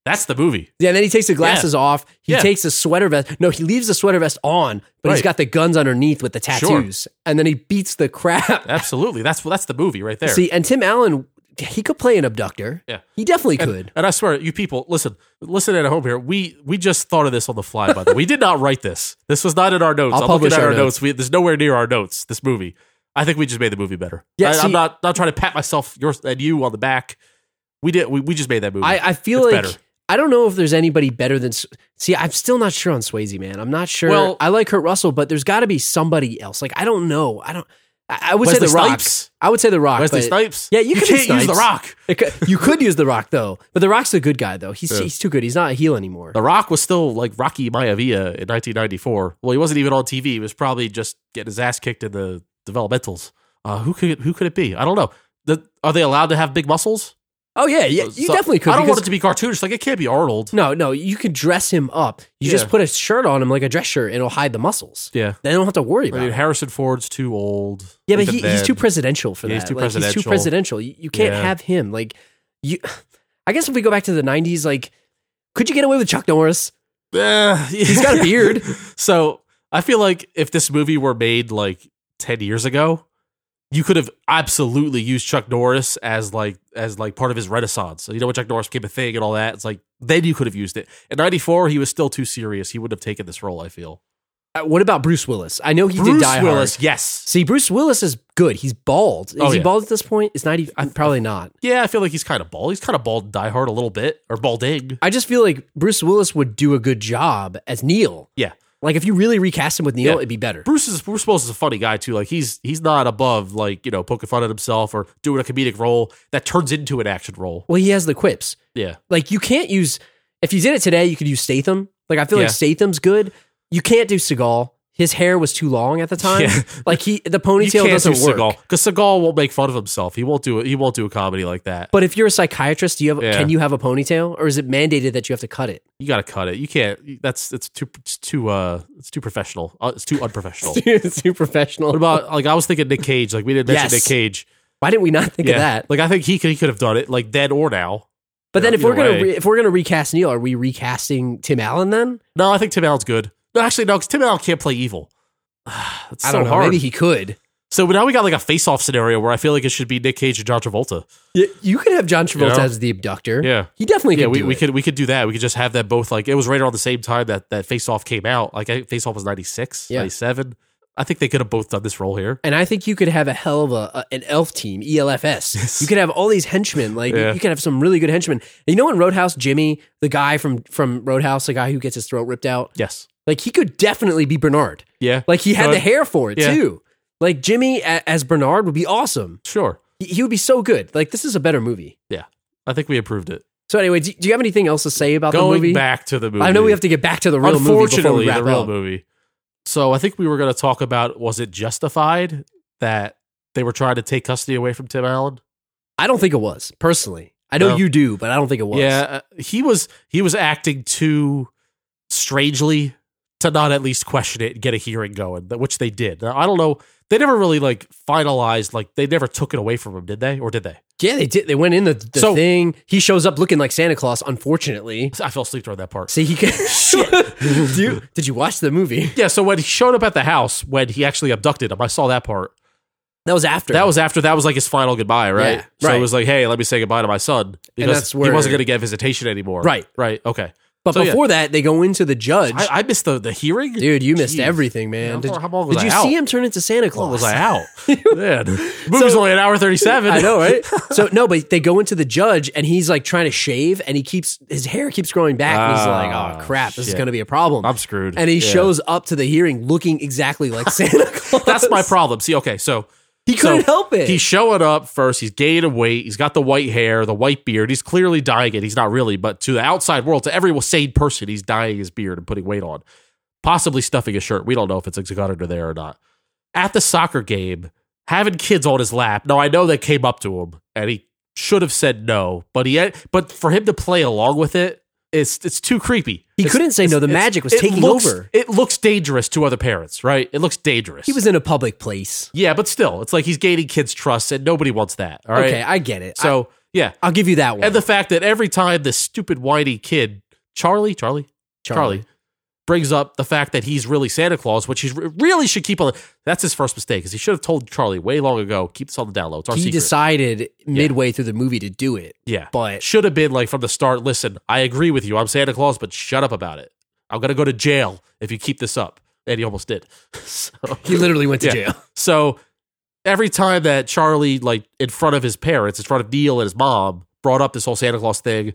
S2: That's the movie.
S1: Yeah, and then he takes the glasses off. He
S2: Yeah.
S1: takes the sweater vest. No, he leaves the sweater vest on, but he's
S2: Right.
S1: got the guns underneath with the
S2: Sure.
S1: tattoos. And then he beats the crap.
S2: Absolutely. That's that's the movie right there.
S1: See, and Tim Allen, he could play an abductor.
S2: Yeah.
S1: He definitely could.
S2: And I swear, you people, listen, listen at home here. We we just thought of this on the fly. By the way, we did not write this. This was not in our notes.
S1: I'll
S2: I'm looking
S1: publish
S2: at
S1: our
S2: our
S1: notes.
S2: notes. We, there's nowhere near our notes. This movie. I think we just made the movie better.
S1: Yeah,
S2: I,
S1: see-
S2: am not not trying to pat myself yours and you on the back. We did. We, we just made that movie.
S1: I, I feel
S2: It's
S1: like
S2: better.
S1: I don't know if there's anybody better than. S- See, I'm still not sure on Swayze, man. I'm not sure.
S2: Well-
S1: I like Kurt Russell, but there's got to be somebody else. Like I don't know. I don't. I, I would
S2: Wesley
S1: say the Rock.
S2: Snipes?
S1: I would say the Rock.
S2: Wesley
S1: but-
S2: Snipes.
S1: Yeah, you could be
S2: can't use the
S1: Snipes.
S2: Rock.
S1: It could- you could use the Rock though, but the Rock's a good guy though. He's
S2: Yeah.
S1: he's too good. He's not a heel anymore.
S2: The Rock was still like Rocky Maivia in 1994. Well, he wasn't even on TV. He was probably just getting his ass kicked in the developmentals. Uh, who could who could it be? I don't know. The, are they allowed to have big muscles?
S1: Oh yeah, yeah. You
S2: So-
S1: definitely could.
S2: I don't
S1: because-
S2: want it to be cartoonish. Like it can't be Arnold.
S1: no, no. You could dress him up. You just
S2: Yeah.
S1: put a shirt on him like a dress shirt, and it'll hide the muscles.
S2: Yeah.
S1: They don't have to worry
S2: I
S1: about.
S2: mean,
S1: it.
S2: Harrison Ford's too old.
S1: Yeah, but
S2: Even
S1: he, he's
S2: then.
S1: too presidential for
S2: Yeah,
S1: that.
S2: he's too
S1: Like, He's too
S2: presidential.
S1: presidential. You, you can't
S2: Yeah.
S1: have him. Like you, I guess if we go back to the '90s, like could you get away with Chuck Norris?
S2: Eh,
S1: He's got a beard.
S2: so I feel like if this movie were made like ten years ago, you could have absolutely used Chuck Norris as like as like part of his renaissance. You know when Chuck Norris became a thing and all that. It's like then you could have used it. In '94, he was still too serious. He would have taken this role. I feel.
S1: Uh, what about Bruce Willis? I know he did
S2: Bruce
S1: Die
S2: Willis,
S1: Hard.
S2: yes,
S1: See, Bruce Willis is good. He's bald. Is
S2: Oh,
S1: he
S2: yeah.
S1: bald at this point? It's not even. probably not.
S2: yeah. I feel like he's kind of bald. He's kind of bald. in Die Hard a little bit or balding.
S1: I just feel like Bruce Willis would do a good job as Neil.
S2: Yeah.
S1: Like if you really recast him with Neil,
S2: Yeah.
S1: it'd be better.
S2: Bruce is Bruce Willis is a funny guy too. Like he's he's not above like you know poking fun at himself or doing a comedic role that turns into an action role.
S1: Well, he has the quips.
S2: Yeah,
S1: Like you can't use if you did it today, you could use Statham. Like I feel
S2: Yeah.
S1: like Statham's good. You can't do Seagal. His hair was too long at the time.
S2: Yeah.
S1: Like he the ponytail doesn't work.
S2: because Seagal won't make fun of himself. He won't do it. He won't do a comedy like that.
S1: But if you're a psychiatrist, do you have
S2: Yeah.
S1: can you have a ponytail or is it mandated that you have to cut it?
S2: you got to cut it. You can't. That's it's too it's too uh it's too professional. Uh, it's too unprofessional. what
S1: it's too professional.
S2: about like I was thinking Nick Cage. Like we didn't mention
S1: Yes.
S2: Nick Cage.
S1: Why didn't we not think of that?
S2: Like I think he could he could have done it like then or now.
S1: But then
S2: Yeah,
S1: if we're
S2: either
S1: gonna
S2: way.
S1: re, if we're gonna recast Neil, are we recasting Tim Allen then?
S2: No, I think Tim Allen's good. No, actually no, because Tim Allen can't play evil. It's
S1: I
S2: so
S1: don't know.
S2: hard.
S1: Maybe he could.
S2: So now we got like a face-off scenario where I feel like it should be Nick Cage and John Travolta.
S1: You, you could have John Travolta
S2: You know?
S1: as the abductor.
S2: Yeah.
S1: He definitely could
S2: yeah, we,
S1: do
S2: we
S1: it.
S2: could we could do that. We could just have that both like it was right around the same time that that Face Off came out. Like I, Face Off was 96,
S1: Yeah.
S2: 97. I think they could have both done this role here.
S1: And I think you could have a hell of a, a- an elf team, E ELFS. You could have all these henchmen. Like
S2: Yeah.
S1: you could have some really good henchmen. And you know in Roadhouse, Jimmy, the guy from from Roadhouse, the guy who gets his throat ripped out,
S2: Yes.
S1: like he could definitely be Bernard.
S2: Yeah.
S1: Like he had
S2: Good.
S1: the hair for it
S2: Yeah.
S1: too. Like Jimmy a- as Bernard would be awesome.
S2: Sure.
S1: He, he would be so good. Like this is a better movie.
S2: I think we approved it.
S1: So anyway, do, do you have anything else to say about the
S2: Going
S1: movie?
S2: back to the movie.
S1: I know we have to get back to the real movie before
S2: Unfortunately,
S1: we wrap
S2: the real
S1: up.
S2: movie. So I think we were going to talk about was it justified that they were trying to take custody away from Tim Allen?
S1: I don't think it was personally. I know
S2: No.
S1: you do, but I don't think it was.
S2: Yeah, uh, he was he was acting too strangely to not at least question it and get a hearing going, th- which they did. Now, I don't know. They never really like finalized like they never took it away from him, did they? Or did they?
S1: Yeah, they did. They went in the, the
S2: So-
S1: thing. He shows up looking like Santa Claus. Unfortunately,
S2: I fell asleep during that part.
S1: see he can. did, you, did you watch the movie?
S2: Yeah, so when he showed up at the house when he actually abducted him, I saw that part.
S1: That was after.
S2: That was after that was like his final goodbye, right?
S1: Yeah,
S2: so
S1: right.
S2: it was like, hey, let me say goodbye to my son because
S1: that's where-
S2: he wasn't going to get visitation anymore.
S1: Right.
S2: right, okay.
S1: But
S2: so, yeah.
S1: before that, they go into the judge.
S2: I, I missed the the hearing,
S1: Dude, you missed
S2: Jeez.
S1: everything, man.
S2: Yeah,
S1: did
S2: how- how long
S1: did
S2: was I
S1: you
S2: out?
S1: see him turn into Santa
S2: What
S1: Claus?
S2: was I out? Man, movie's only an hour thirty seven.
S1: I know, right? so no, but they go into the judge, and he's like trying to shave, and he keeps his hair keeps growing back, and he's
S2: Ah,
S1: like, "Oh crap, this is
S2: shit.
S1: going to be a problem."
S2: I'm screwed.
S1: and he
S2: Yeah.
S1: shows up to the hearing looking exactly like Santa Claus.
S2: That's my problem. See, okay, so
S1: He couldn't
S2: so
S1: help it.
S2: He's showing up first. He's gaining weight. He's got the white hair, the white beard. He's clearly dying it. He's not really, but to the outside world, to every sane person, he's dying his beard and putting weight on, possibly stuffing his shirt. We don't know if it's got under there or not. At the soccer game, having kids on his lap. Now I know they came up to him and he should have said no, but he had, but for him to play along with it It's it's too creepy.
S1: He
S2: It's-
S1: couldn't say
S2: it's-
S1: no. The
S2: it's-
S1: magic was
S2: it
S1: taking
S2: looks-
S1: over.
S2: It looks dangerous to other parents, right? It looks dangerous.
S1: He was in a public place.
S2: yeah, but still, it's like he's gaining kids' trust, and nobody wants that. All right,
S1: Okay, I get it. So
S2: so yeah,
S1: I, will give you that one.
S2: and the fact that every time this stupid whiny kid Charlie, Charlie, Charlie, brings up the fact that he's really Santa Claus, which he really should keep on. That's his first mistake, because he should have told Charlie way long ago. Keep this on the download. It's our
S1: he
S2: secret.
S1: decided midway through the movie to do it,
S2: yeah,
S1: but
S2: should have been like from the start. Listen, I agree with you. I'm Santa Claus, but shut up about it. I'm gonna go to jail if you keep this up. And he almost did. so,
S1: he literally went to
S2: Yeah.
S1: jail.
S2: so every time that Charlie, like in front of his parents, in front of Neil and his mom, brought up this whole Santa Claus thing,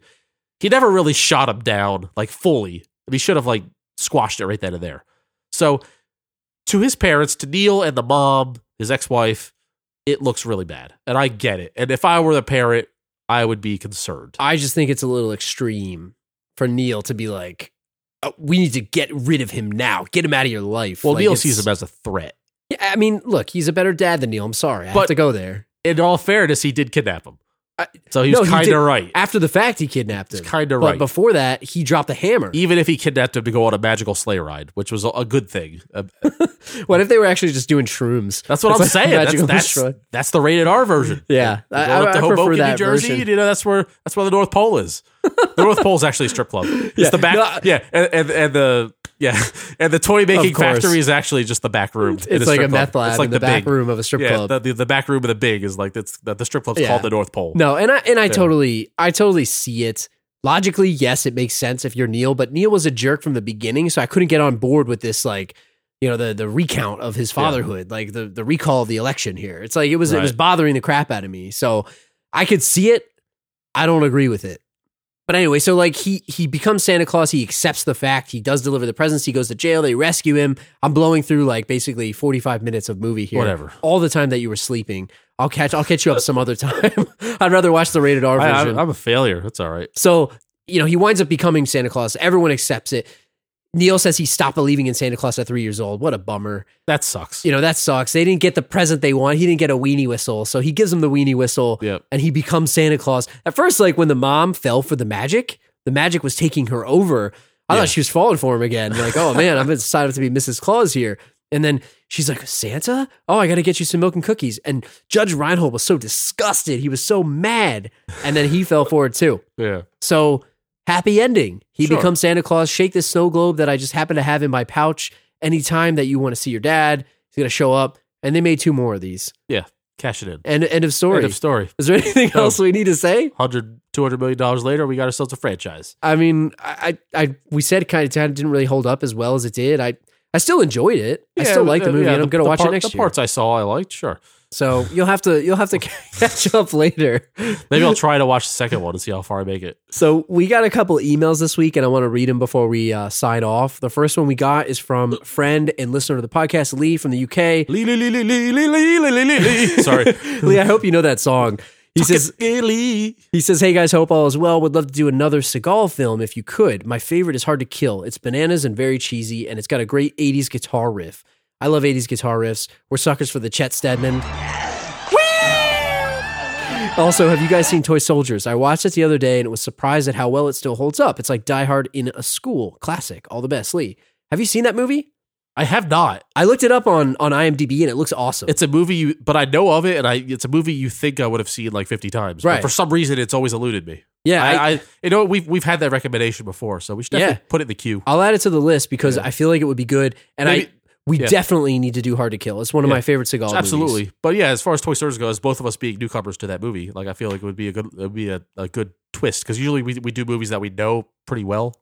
S2: he never really shot him down like fully. And he should have like squashed it right then and there. So to his parents, to Neil and the mom, his ex-wife, it looks really bad. And I get it. And if I were the parent, I would be concerned.
S1: I just think it's a little extreme for Neil to be like, "Oh, "We need to get rid of him now. Get him out of your life."
S2: Well,
S1: like,
S2: Neil
S1: it's-
S2: sees him as a threat.
S1: Yeah, I mean, look, he's a better dad than Neil. I'm sorry, I
S2: But-
S1: have to go there.
S2: In all fairness, he did kidnap him.
S1: I-
S2: So he was
S1: No, he
S2: kind
S1: did-
S2: of right.
S1: After the fact, he kidnapped
S2: He's
S1: him.
S2: kind of
S1: But
S2: right.
S1: before that, he dropped the hammer.
S2: Even if he kidnapped him to go on a magical sleigh ride, which was a- a good thing. Uh,
S1: What if they were actually just doing shrooms?
S2: That's what I'm
S1: like
S2: saying.
S1: Magical
S2: That's, that's,
S1: Destroy.
S2: that's the rated R version.
S1: Yeah,
S2: You're
S1: I-
S2: going
S1: I-
S2: up to
S1: I prefer
S2: Hoboken, New
S1: that
S2: Jersey.
S1: version.
S2: You know that's where that's where the North Pole is. The North Pole is actually a strip club. It's
S1: Yeah.
S2: the back.
S1: No,
S2: yeah, and, and and the yeah, and the toy making
S1: Of course.
S2: factory is actually just the back room. in
S1: it's like
S2: strip
S1: a meth
S2: club.
S1: lab
S2: It's like
S1: in the, back
S2: big,
S1: room of a strip
S2: yeah,
S1: club.
S2: The, the, the back room of the big is like that's the, the strip club's
S1: Yeah.
S2: called the North Pole.
S1: No, and I and I
S2: Yeah.
S1: totally I totally see it. Logically, yes, it makes sense if you're Neil, but Neil was a jerk from the beginning, so I couldn't get on board with this like you know the the recount of his fatherhood, like the the recall of the election here. It's like it was it was
S2: Right.
S1: bothering the crap out of me. So I could see it. I don't agree with it. But anyway, so like he he becomes Santa Claus, he accepts the fact, he does deliver the presents, he goes to jail, they rescue him. I'm blowing through like basically 45 minutes of movie here
S2: Whatever.
S1: all the time that you were sleeping. I'll catch I'll catch you up some other time. I'd rather watch the rated R
S2: I,
S1: version.
S2: am a failure. That's all right.
S1: so, you know, he winds up becoming Santa Claus. Everyone accepts it. Neil says he stopped believing in Santa Claus at three years old. What a bummer.
S2: That sucks.
S1: You know, that sucks. They didn't get the present they want. He didn't get a weenie whistle. So he gives him the weenie whistle
S2: Yep.
S1: and he becomes Santa Claus. At first, like when the mom fell for the magic, the magic was taking her over. I
S2: Yeah.
S1: thought she was falling for him again. Like, oh man, I'm excited to be Mrs. Claus here. And then she's like, Santa? Oh, I got to get you some milk and cookies. And Judge Reinhold was so disgusted. He was so mad. And then he fell for it too.
S2: Yeah.
S1: So happy ending. He
S2: Sure.
S1: becomes Santa Claus. Shake this snow globe that I just happen to have in my pouch. Anytime that you want to see your dad, he's gonna show up. And they made two more of these.
S2: Cash it in.
S1: And end of story.
S2: End of Oh. story.
S1: Is there anything
S2: No.
S1: else we need to say?
S2: 100 200 million dollars later, we got ourselves a franchise.
S1: I mean, I, I, I we said kind of time didn't really hold up as well as it did. I, I still enjoyed it. I still like the
S2: uh,
S1: movie,
S2: yeah,
S1: and I'm gonna
S2: the
S1: watch
S2: part-
S1: it next
S2: The
S1: year.
S2: parts I saw, I liked. Sure,
S1: So you'll have to you'll have to catch up later.
S2: maybe I'll try to watch the second one and see how far I make it.
S1: So we got a couple emails this week, and I want to read them before we uh, sign off. The first one we got is from friend and listener to the podcast, Lee from the UK.
S2: Lee, Lee, Lee, Lee, Lee, Lee, Lee, Lee, Lee, Lee, Lee. Sorry,
S1: Lee, I hope you know that song. He says,
S2: Lee.
S1: he says, hey guys, hope all is well. Would love to do another Seagal film if you could. My favorite is Hard to Kill. It's bananas and very cheesy, and it's got a great 80s guitar riff. I love 80s guitar riffs. We're suckers for the Chet Stedman. Also, have you guys seen Toy Soldiers? I watched it the other day and was surprised at how well it still holds up. It's like Die Hard in a school. Classic. All the best. Lee, have you seen that movie?
S2: I have not.
S1: I looked it up on, on IMDb and it looks awesome.
S2: It's a movie, you, but I know of it, and I. It's a movie you think I would have seen like fifty times, but
S1: Right.
S2: for some reason, it's always eluded me.
S1: yeah, I-
S2: I, I, you know, we've we've had that recommendation before, so we should definitely put it in the queue.
S1: I'll add it to the list because I feel like it would be good, and
S2: Maybe-
S1: I we
S2: yeah.
S1: definitely need to do Hard to Kill. It's one of
S2: Yeah.
S1: my favorite Seagal.
S2: Absolutely,
S1: movies.
S2: but yeah, as far as Toy Stories goes, both of us being newcomers to that movie, like I feel like it would be a good, it would be a, a good twist because usually we we do movies that we know pretty well,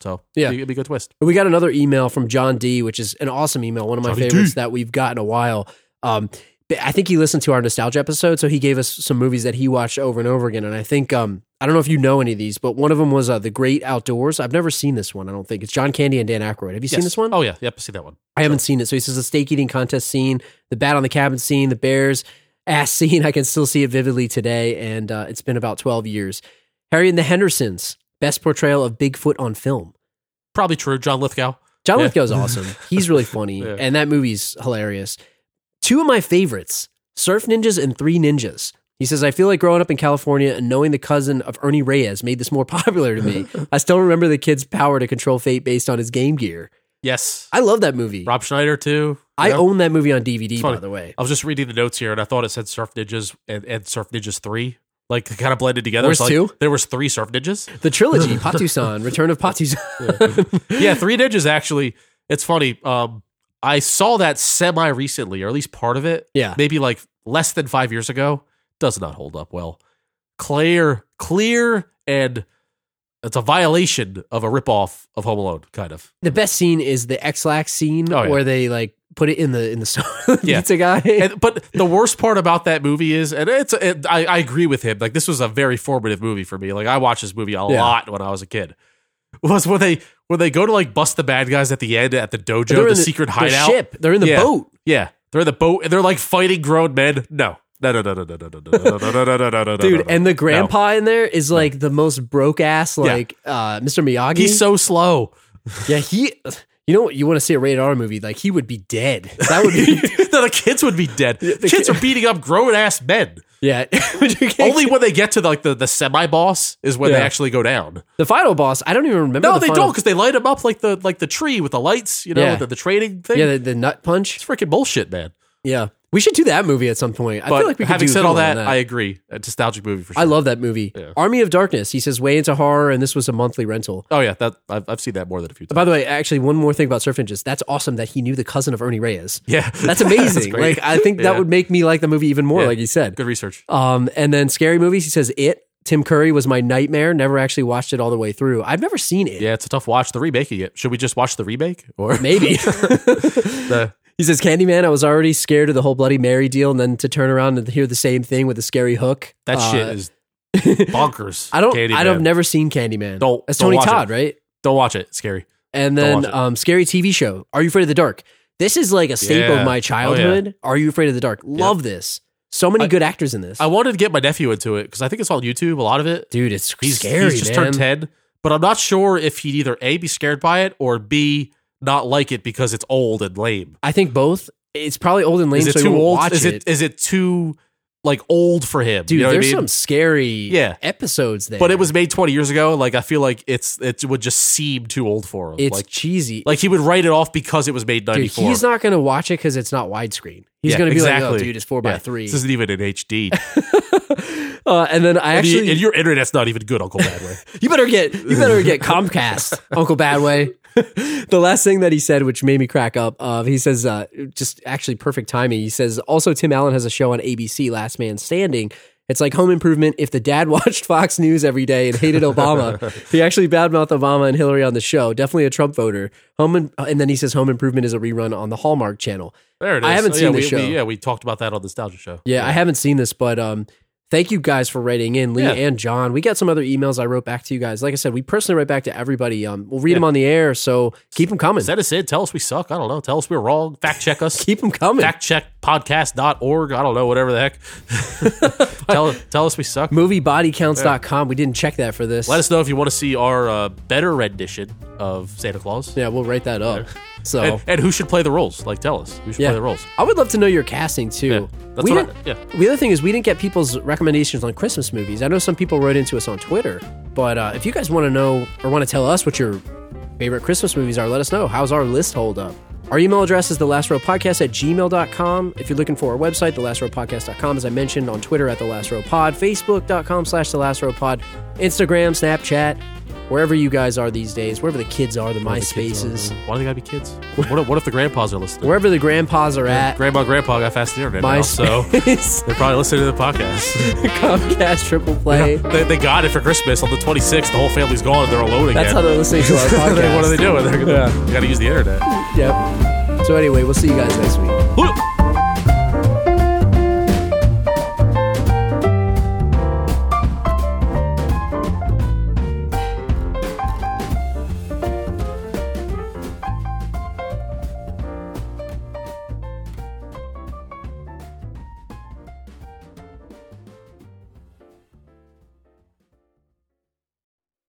S2: so
S1: Yeah.
S2: it'd be a good twist.
S1: We got another email from John D, which is an awesome email, one of my
S2: Johnny D.
S1: favorites that we've got in a while. Um, but I think he listened to our nostalgia episode, so he gave us some movies that he watched over and over again. And I think um, I don't know if you know any of these, but one of them was uh, The Great Outdoors. I've never seen this one. I don't think it's John Candy and Dan Aykroyd. Have you seen
S2: Yes.
S1: this one?
S2: Oh yeah, yep, I see that one.
S1: I haven't seen it. So he says the steak eating contest scene, the bat on the cabin scene, the bears ass scene. I can still see it vividly today, and uh, it's been about twelve years. Harry and the Hendersons, best portrayal of Bigfoot on film.
S2: Probably true. John Lithgow.
S1: John
S2: Yeah.
S1: Lithgow's awesome. He's really funny,
S2: Yeah.
S1: and that movie's hilarious. Two of my favorites: Surf Ninjas and Three Ninjas. He says, I feel like growing up in California and knowing the cousin of Ernie Reyes made this more popular to me. I still remember the kid's power to control fate based on his Game Gear.
S2: Yes.
S1: I love that movie.
S2: Rob Schneider too.
S1: I
S2: Yeah.
S1: own that movie on DVD, by
S2: funny.
S1: the way.
S2: I was just reading the notes here, and I thought it said Surf Ninjas and, and Surf Ninjas Three, like kind of blended together.
S1: Where's
S2: It's like,
S1: two?
S2: There was three Surf Ninjas.
S1: The trilogy, Patusan, Return of Patusan.
S2: yeah, three ninjas. Actually, it's funny. Um, I saw that semi recently, or at least part of it.
S1: Yeah.
S2: maybe like less than five years ago. Does not hold up well. Clear, clear, and it's a violation of a ripoff of Home Alone, kind of.
S1: The best scene is the X-Lax scene
S2: Oh, yeah.
S1: where they like put it in the in the store.
S2: Yeah.
S1: pizza guy.
S2: And, but the worst part about that movie is, and it's, it, I, I agree with him. Like this was a very formative movie for me. Like I watched this movie a
S1: Yeah.
S2: lot when I was a kid. Was when they when they go to like bust the bad guys at the end at the dojo, the,
S1: in
S2: secret hideout.
S1: The ship. They're in the
S2: Yeah.
S1: boat.
S2: Yeah, they're in the boat and they're like fighting grown men. No, no, no, no, no, no, no, no, no, no, no, no, no, no, no,
S1: Dude,
S2: no, no.
S1: and the grandpa in there is like the most broke ass, like uh, Mr. Miyagi.
S2: he's so slow.
S1: yeah, he. You know what? You want to see a rated R movie? Like he would be dead. That would be
S2: No, the kids would be dead. Kids are beating up grown ass men.
S1: yeah. But you can't-
S2: Only when they get to like the, the semi boss is when they
S1: Yeah.
S2: actually go down.
S1: the final boss. I don't even remember.
S2: No,
S1: the
S2: they
S1: final-
S2: don't because they light him up like the like the tree with the lights, you know,
S1: Yeah.
S2: the, the training thing.
S1: Yeah, the, the nut punch.
S2: it's freaking bullshit, man.
S1: Yeah, we should do that movie at some point. I
S2: But
S1: feel like we could
S2: having
S1: do a
S2: said
S1: good
S2: all
S1: one
S2: that,
S1: on
S2: I agree. A nostalgic movie for sure.
S1: I love that movie. Army of Darkness. He says way into horror, and this was a monthly rental.
S2: oh yeah, that I've, I've seen that more than a few times.
S1: By the way, actually, one more thing about Surf Ninjas. That's awesome that he knew the cousin of Ernie Reyes.
S2: yeah,
S1: That's amazing.
S2: great.
S1: like I think that
S2: Yeah.
S1: would make me like the movie even more,
S2: Yeah.
S1: like you said.
S2: good research.
S1: Um, and then scary movies. He says it. Tim Curry was my nightmare. Never actually watched it all the way through. I've never seen it.
S2: Yeah, it's a tough watch. The remaking it. Should we just watch the remake or
S1: Maybe.
S2: the?
S1: he says Candyman. I was already scared of the whole Bloody Mary deal, and then to turn around and hear the same thing with a scary hook.
S2: That
S1: Uh,
S2: shit is bonkers.
S1: I don't.
S2: Candyman.
S1: I don't. Never seen Candyman.
S2: Don't-
S1: That's
S2: don't
S1: Tony
S2: watch it.
S1: Todd, right?
S2: Don't watch it. It's scary.
S1: And
S2: Don't
S1: then
S2: watch it.
S1: um, scary TV show. Are you afraid of the dark? This is like a staple of
S2: Yeah. Oh,
S1: my
S2: yeah.
S1: childhood. Are you afraid of the dark? Love this. So many
S2: I-
S1: good actors in this.
S2: I wanted to get my nephew into it because I think it's on YouTube. A lot of it.
S1: Dude, it's
S2: He's
S1: scary.
S2: He's just turned
S1: man.
S2: ten, but I'm not sure if he'd either a be scared by it or b not like it because it's old and lame.
S1: I think both. It's probably old and lame,
S2: Is it
S1: so you
S2: too
S1: won't
S2: old?
S1: watch
S2: Is
S1: it.
S2: it is it too like old for him?
S1: Dude,
S2: you know what I
S1: there's
S2: mean?
S1: some scary
S2: Yeah.
S1: episodes there.
S2: but it was made 20 years ago. Like I feel like it's it would just seem too old for him.
S1: it's
S2: like
S1: cheesy.
S2: like he would write it off because it was made
S1: dude,
S2: 94.
S1: he's not gonna watch it because it's not widescreen. He's
S2: Yeah,
S1: gonna be like,
S2: exactly.
S1: "Oh, dude, it's four
S2: Yeah.
S1: by three.
S2: This isn't even in HD.
S1: Uh, and then I
S2: And
S1: actually,
S2: you- and your internet's not even good, Uncle Badway.
S1: you better get, you better get Comcast, Uncle Badway. the last thing that he said, which made me crack up, uh, he says, uh, just actually perfect timing. He says, also Tim Allen has a show on ABC, Last Man Standing. It's like Home Improvement. If the dad watched Fox News every day and hated Obama, he actually badmouthed Obama and Hillary on the show. Definitely a Trump voter. Home and, and then he says Home Improvement is a rerun on the Hallmark Channel.
S2: There it is.
S1: I haven't
S2: Oh,
S1: seen
S2: yeah,
S1: the
S2: we,
S1: show.
S2: We, yeah, we talked about that on the Nostalgia Show.
S1: Yeah, I haven't seen this, but um, thank you guys for writing in, Lee
S2: Yeah.
S1: and John. We got some other emails I wrote back to you guys. Like I said, we personally write back to everybody. Um, we'll read them on the air, so keep them coming.
S2: Send us in. Tell us we suck. I don't know. Tell us we're wrong. Fact check us.
S1: keep them coming.
S2: Factcheckpodcast.org. I don't know. Whatever the heck. tell, tell us we suck.
S1: Moviebodycounts.com. We didn't check that for this.
S2: Let us know if you want to see our uh, better rendition of Santa Claus.
S1: yeah, we'll write that up. So
S2: And, and who should play the roles? Like, tell us who should
S1: yeah,
S2: play the roles.
S1: I would love to know your casting too.
S2: Yeah, that's
S1: we
S2: what I-
S1: didn't-
S2: yeah.
S1: The other thing is we didn't get people's recommendations on Christmas movies. I know some people wrote into us on Twitter, but uh, if you guys want to know or want to tell us what your favorite Christmas movies are, let us know. How's our list hold up? Our email address is thelastrowpodcast at gmail.com. If you're looking for our website, thelastrowpodcast.com, as I mentioned, on Twitter at thelastrowpod, facebook.com slash thelastrowpod, Instagram, Snapchat, wherever you guys are these days, wherever the kids are, the MySpaces,
S2: Why do they gotta be kids? What if, what if the grandpas are listening?
S1: wherever the grandpas are at.
S2: Grandma and grandpa got fast internet now, so
S1: MySpace,
S2: they're probably listening to the podcast.
S1: Comcast, Triple Play.
S2: they, they got it for Christmas on the 26th. The whole family's gone and they're alone again.
S1: That's how they're listening to our podcast.
S2: what are they doing? They're gonna, They gotta use the internet.
S1: Yep. So anyway, we'll see you guys next week.
S2: Woo!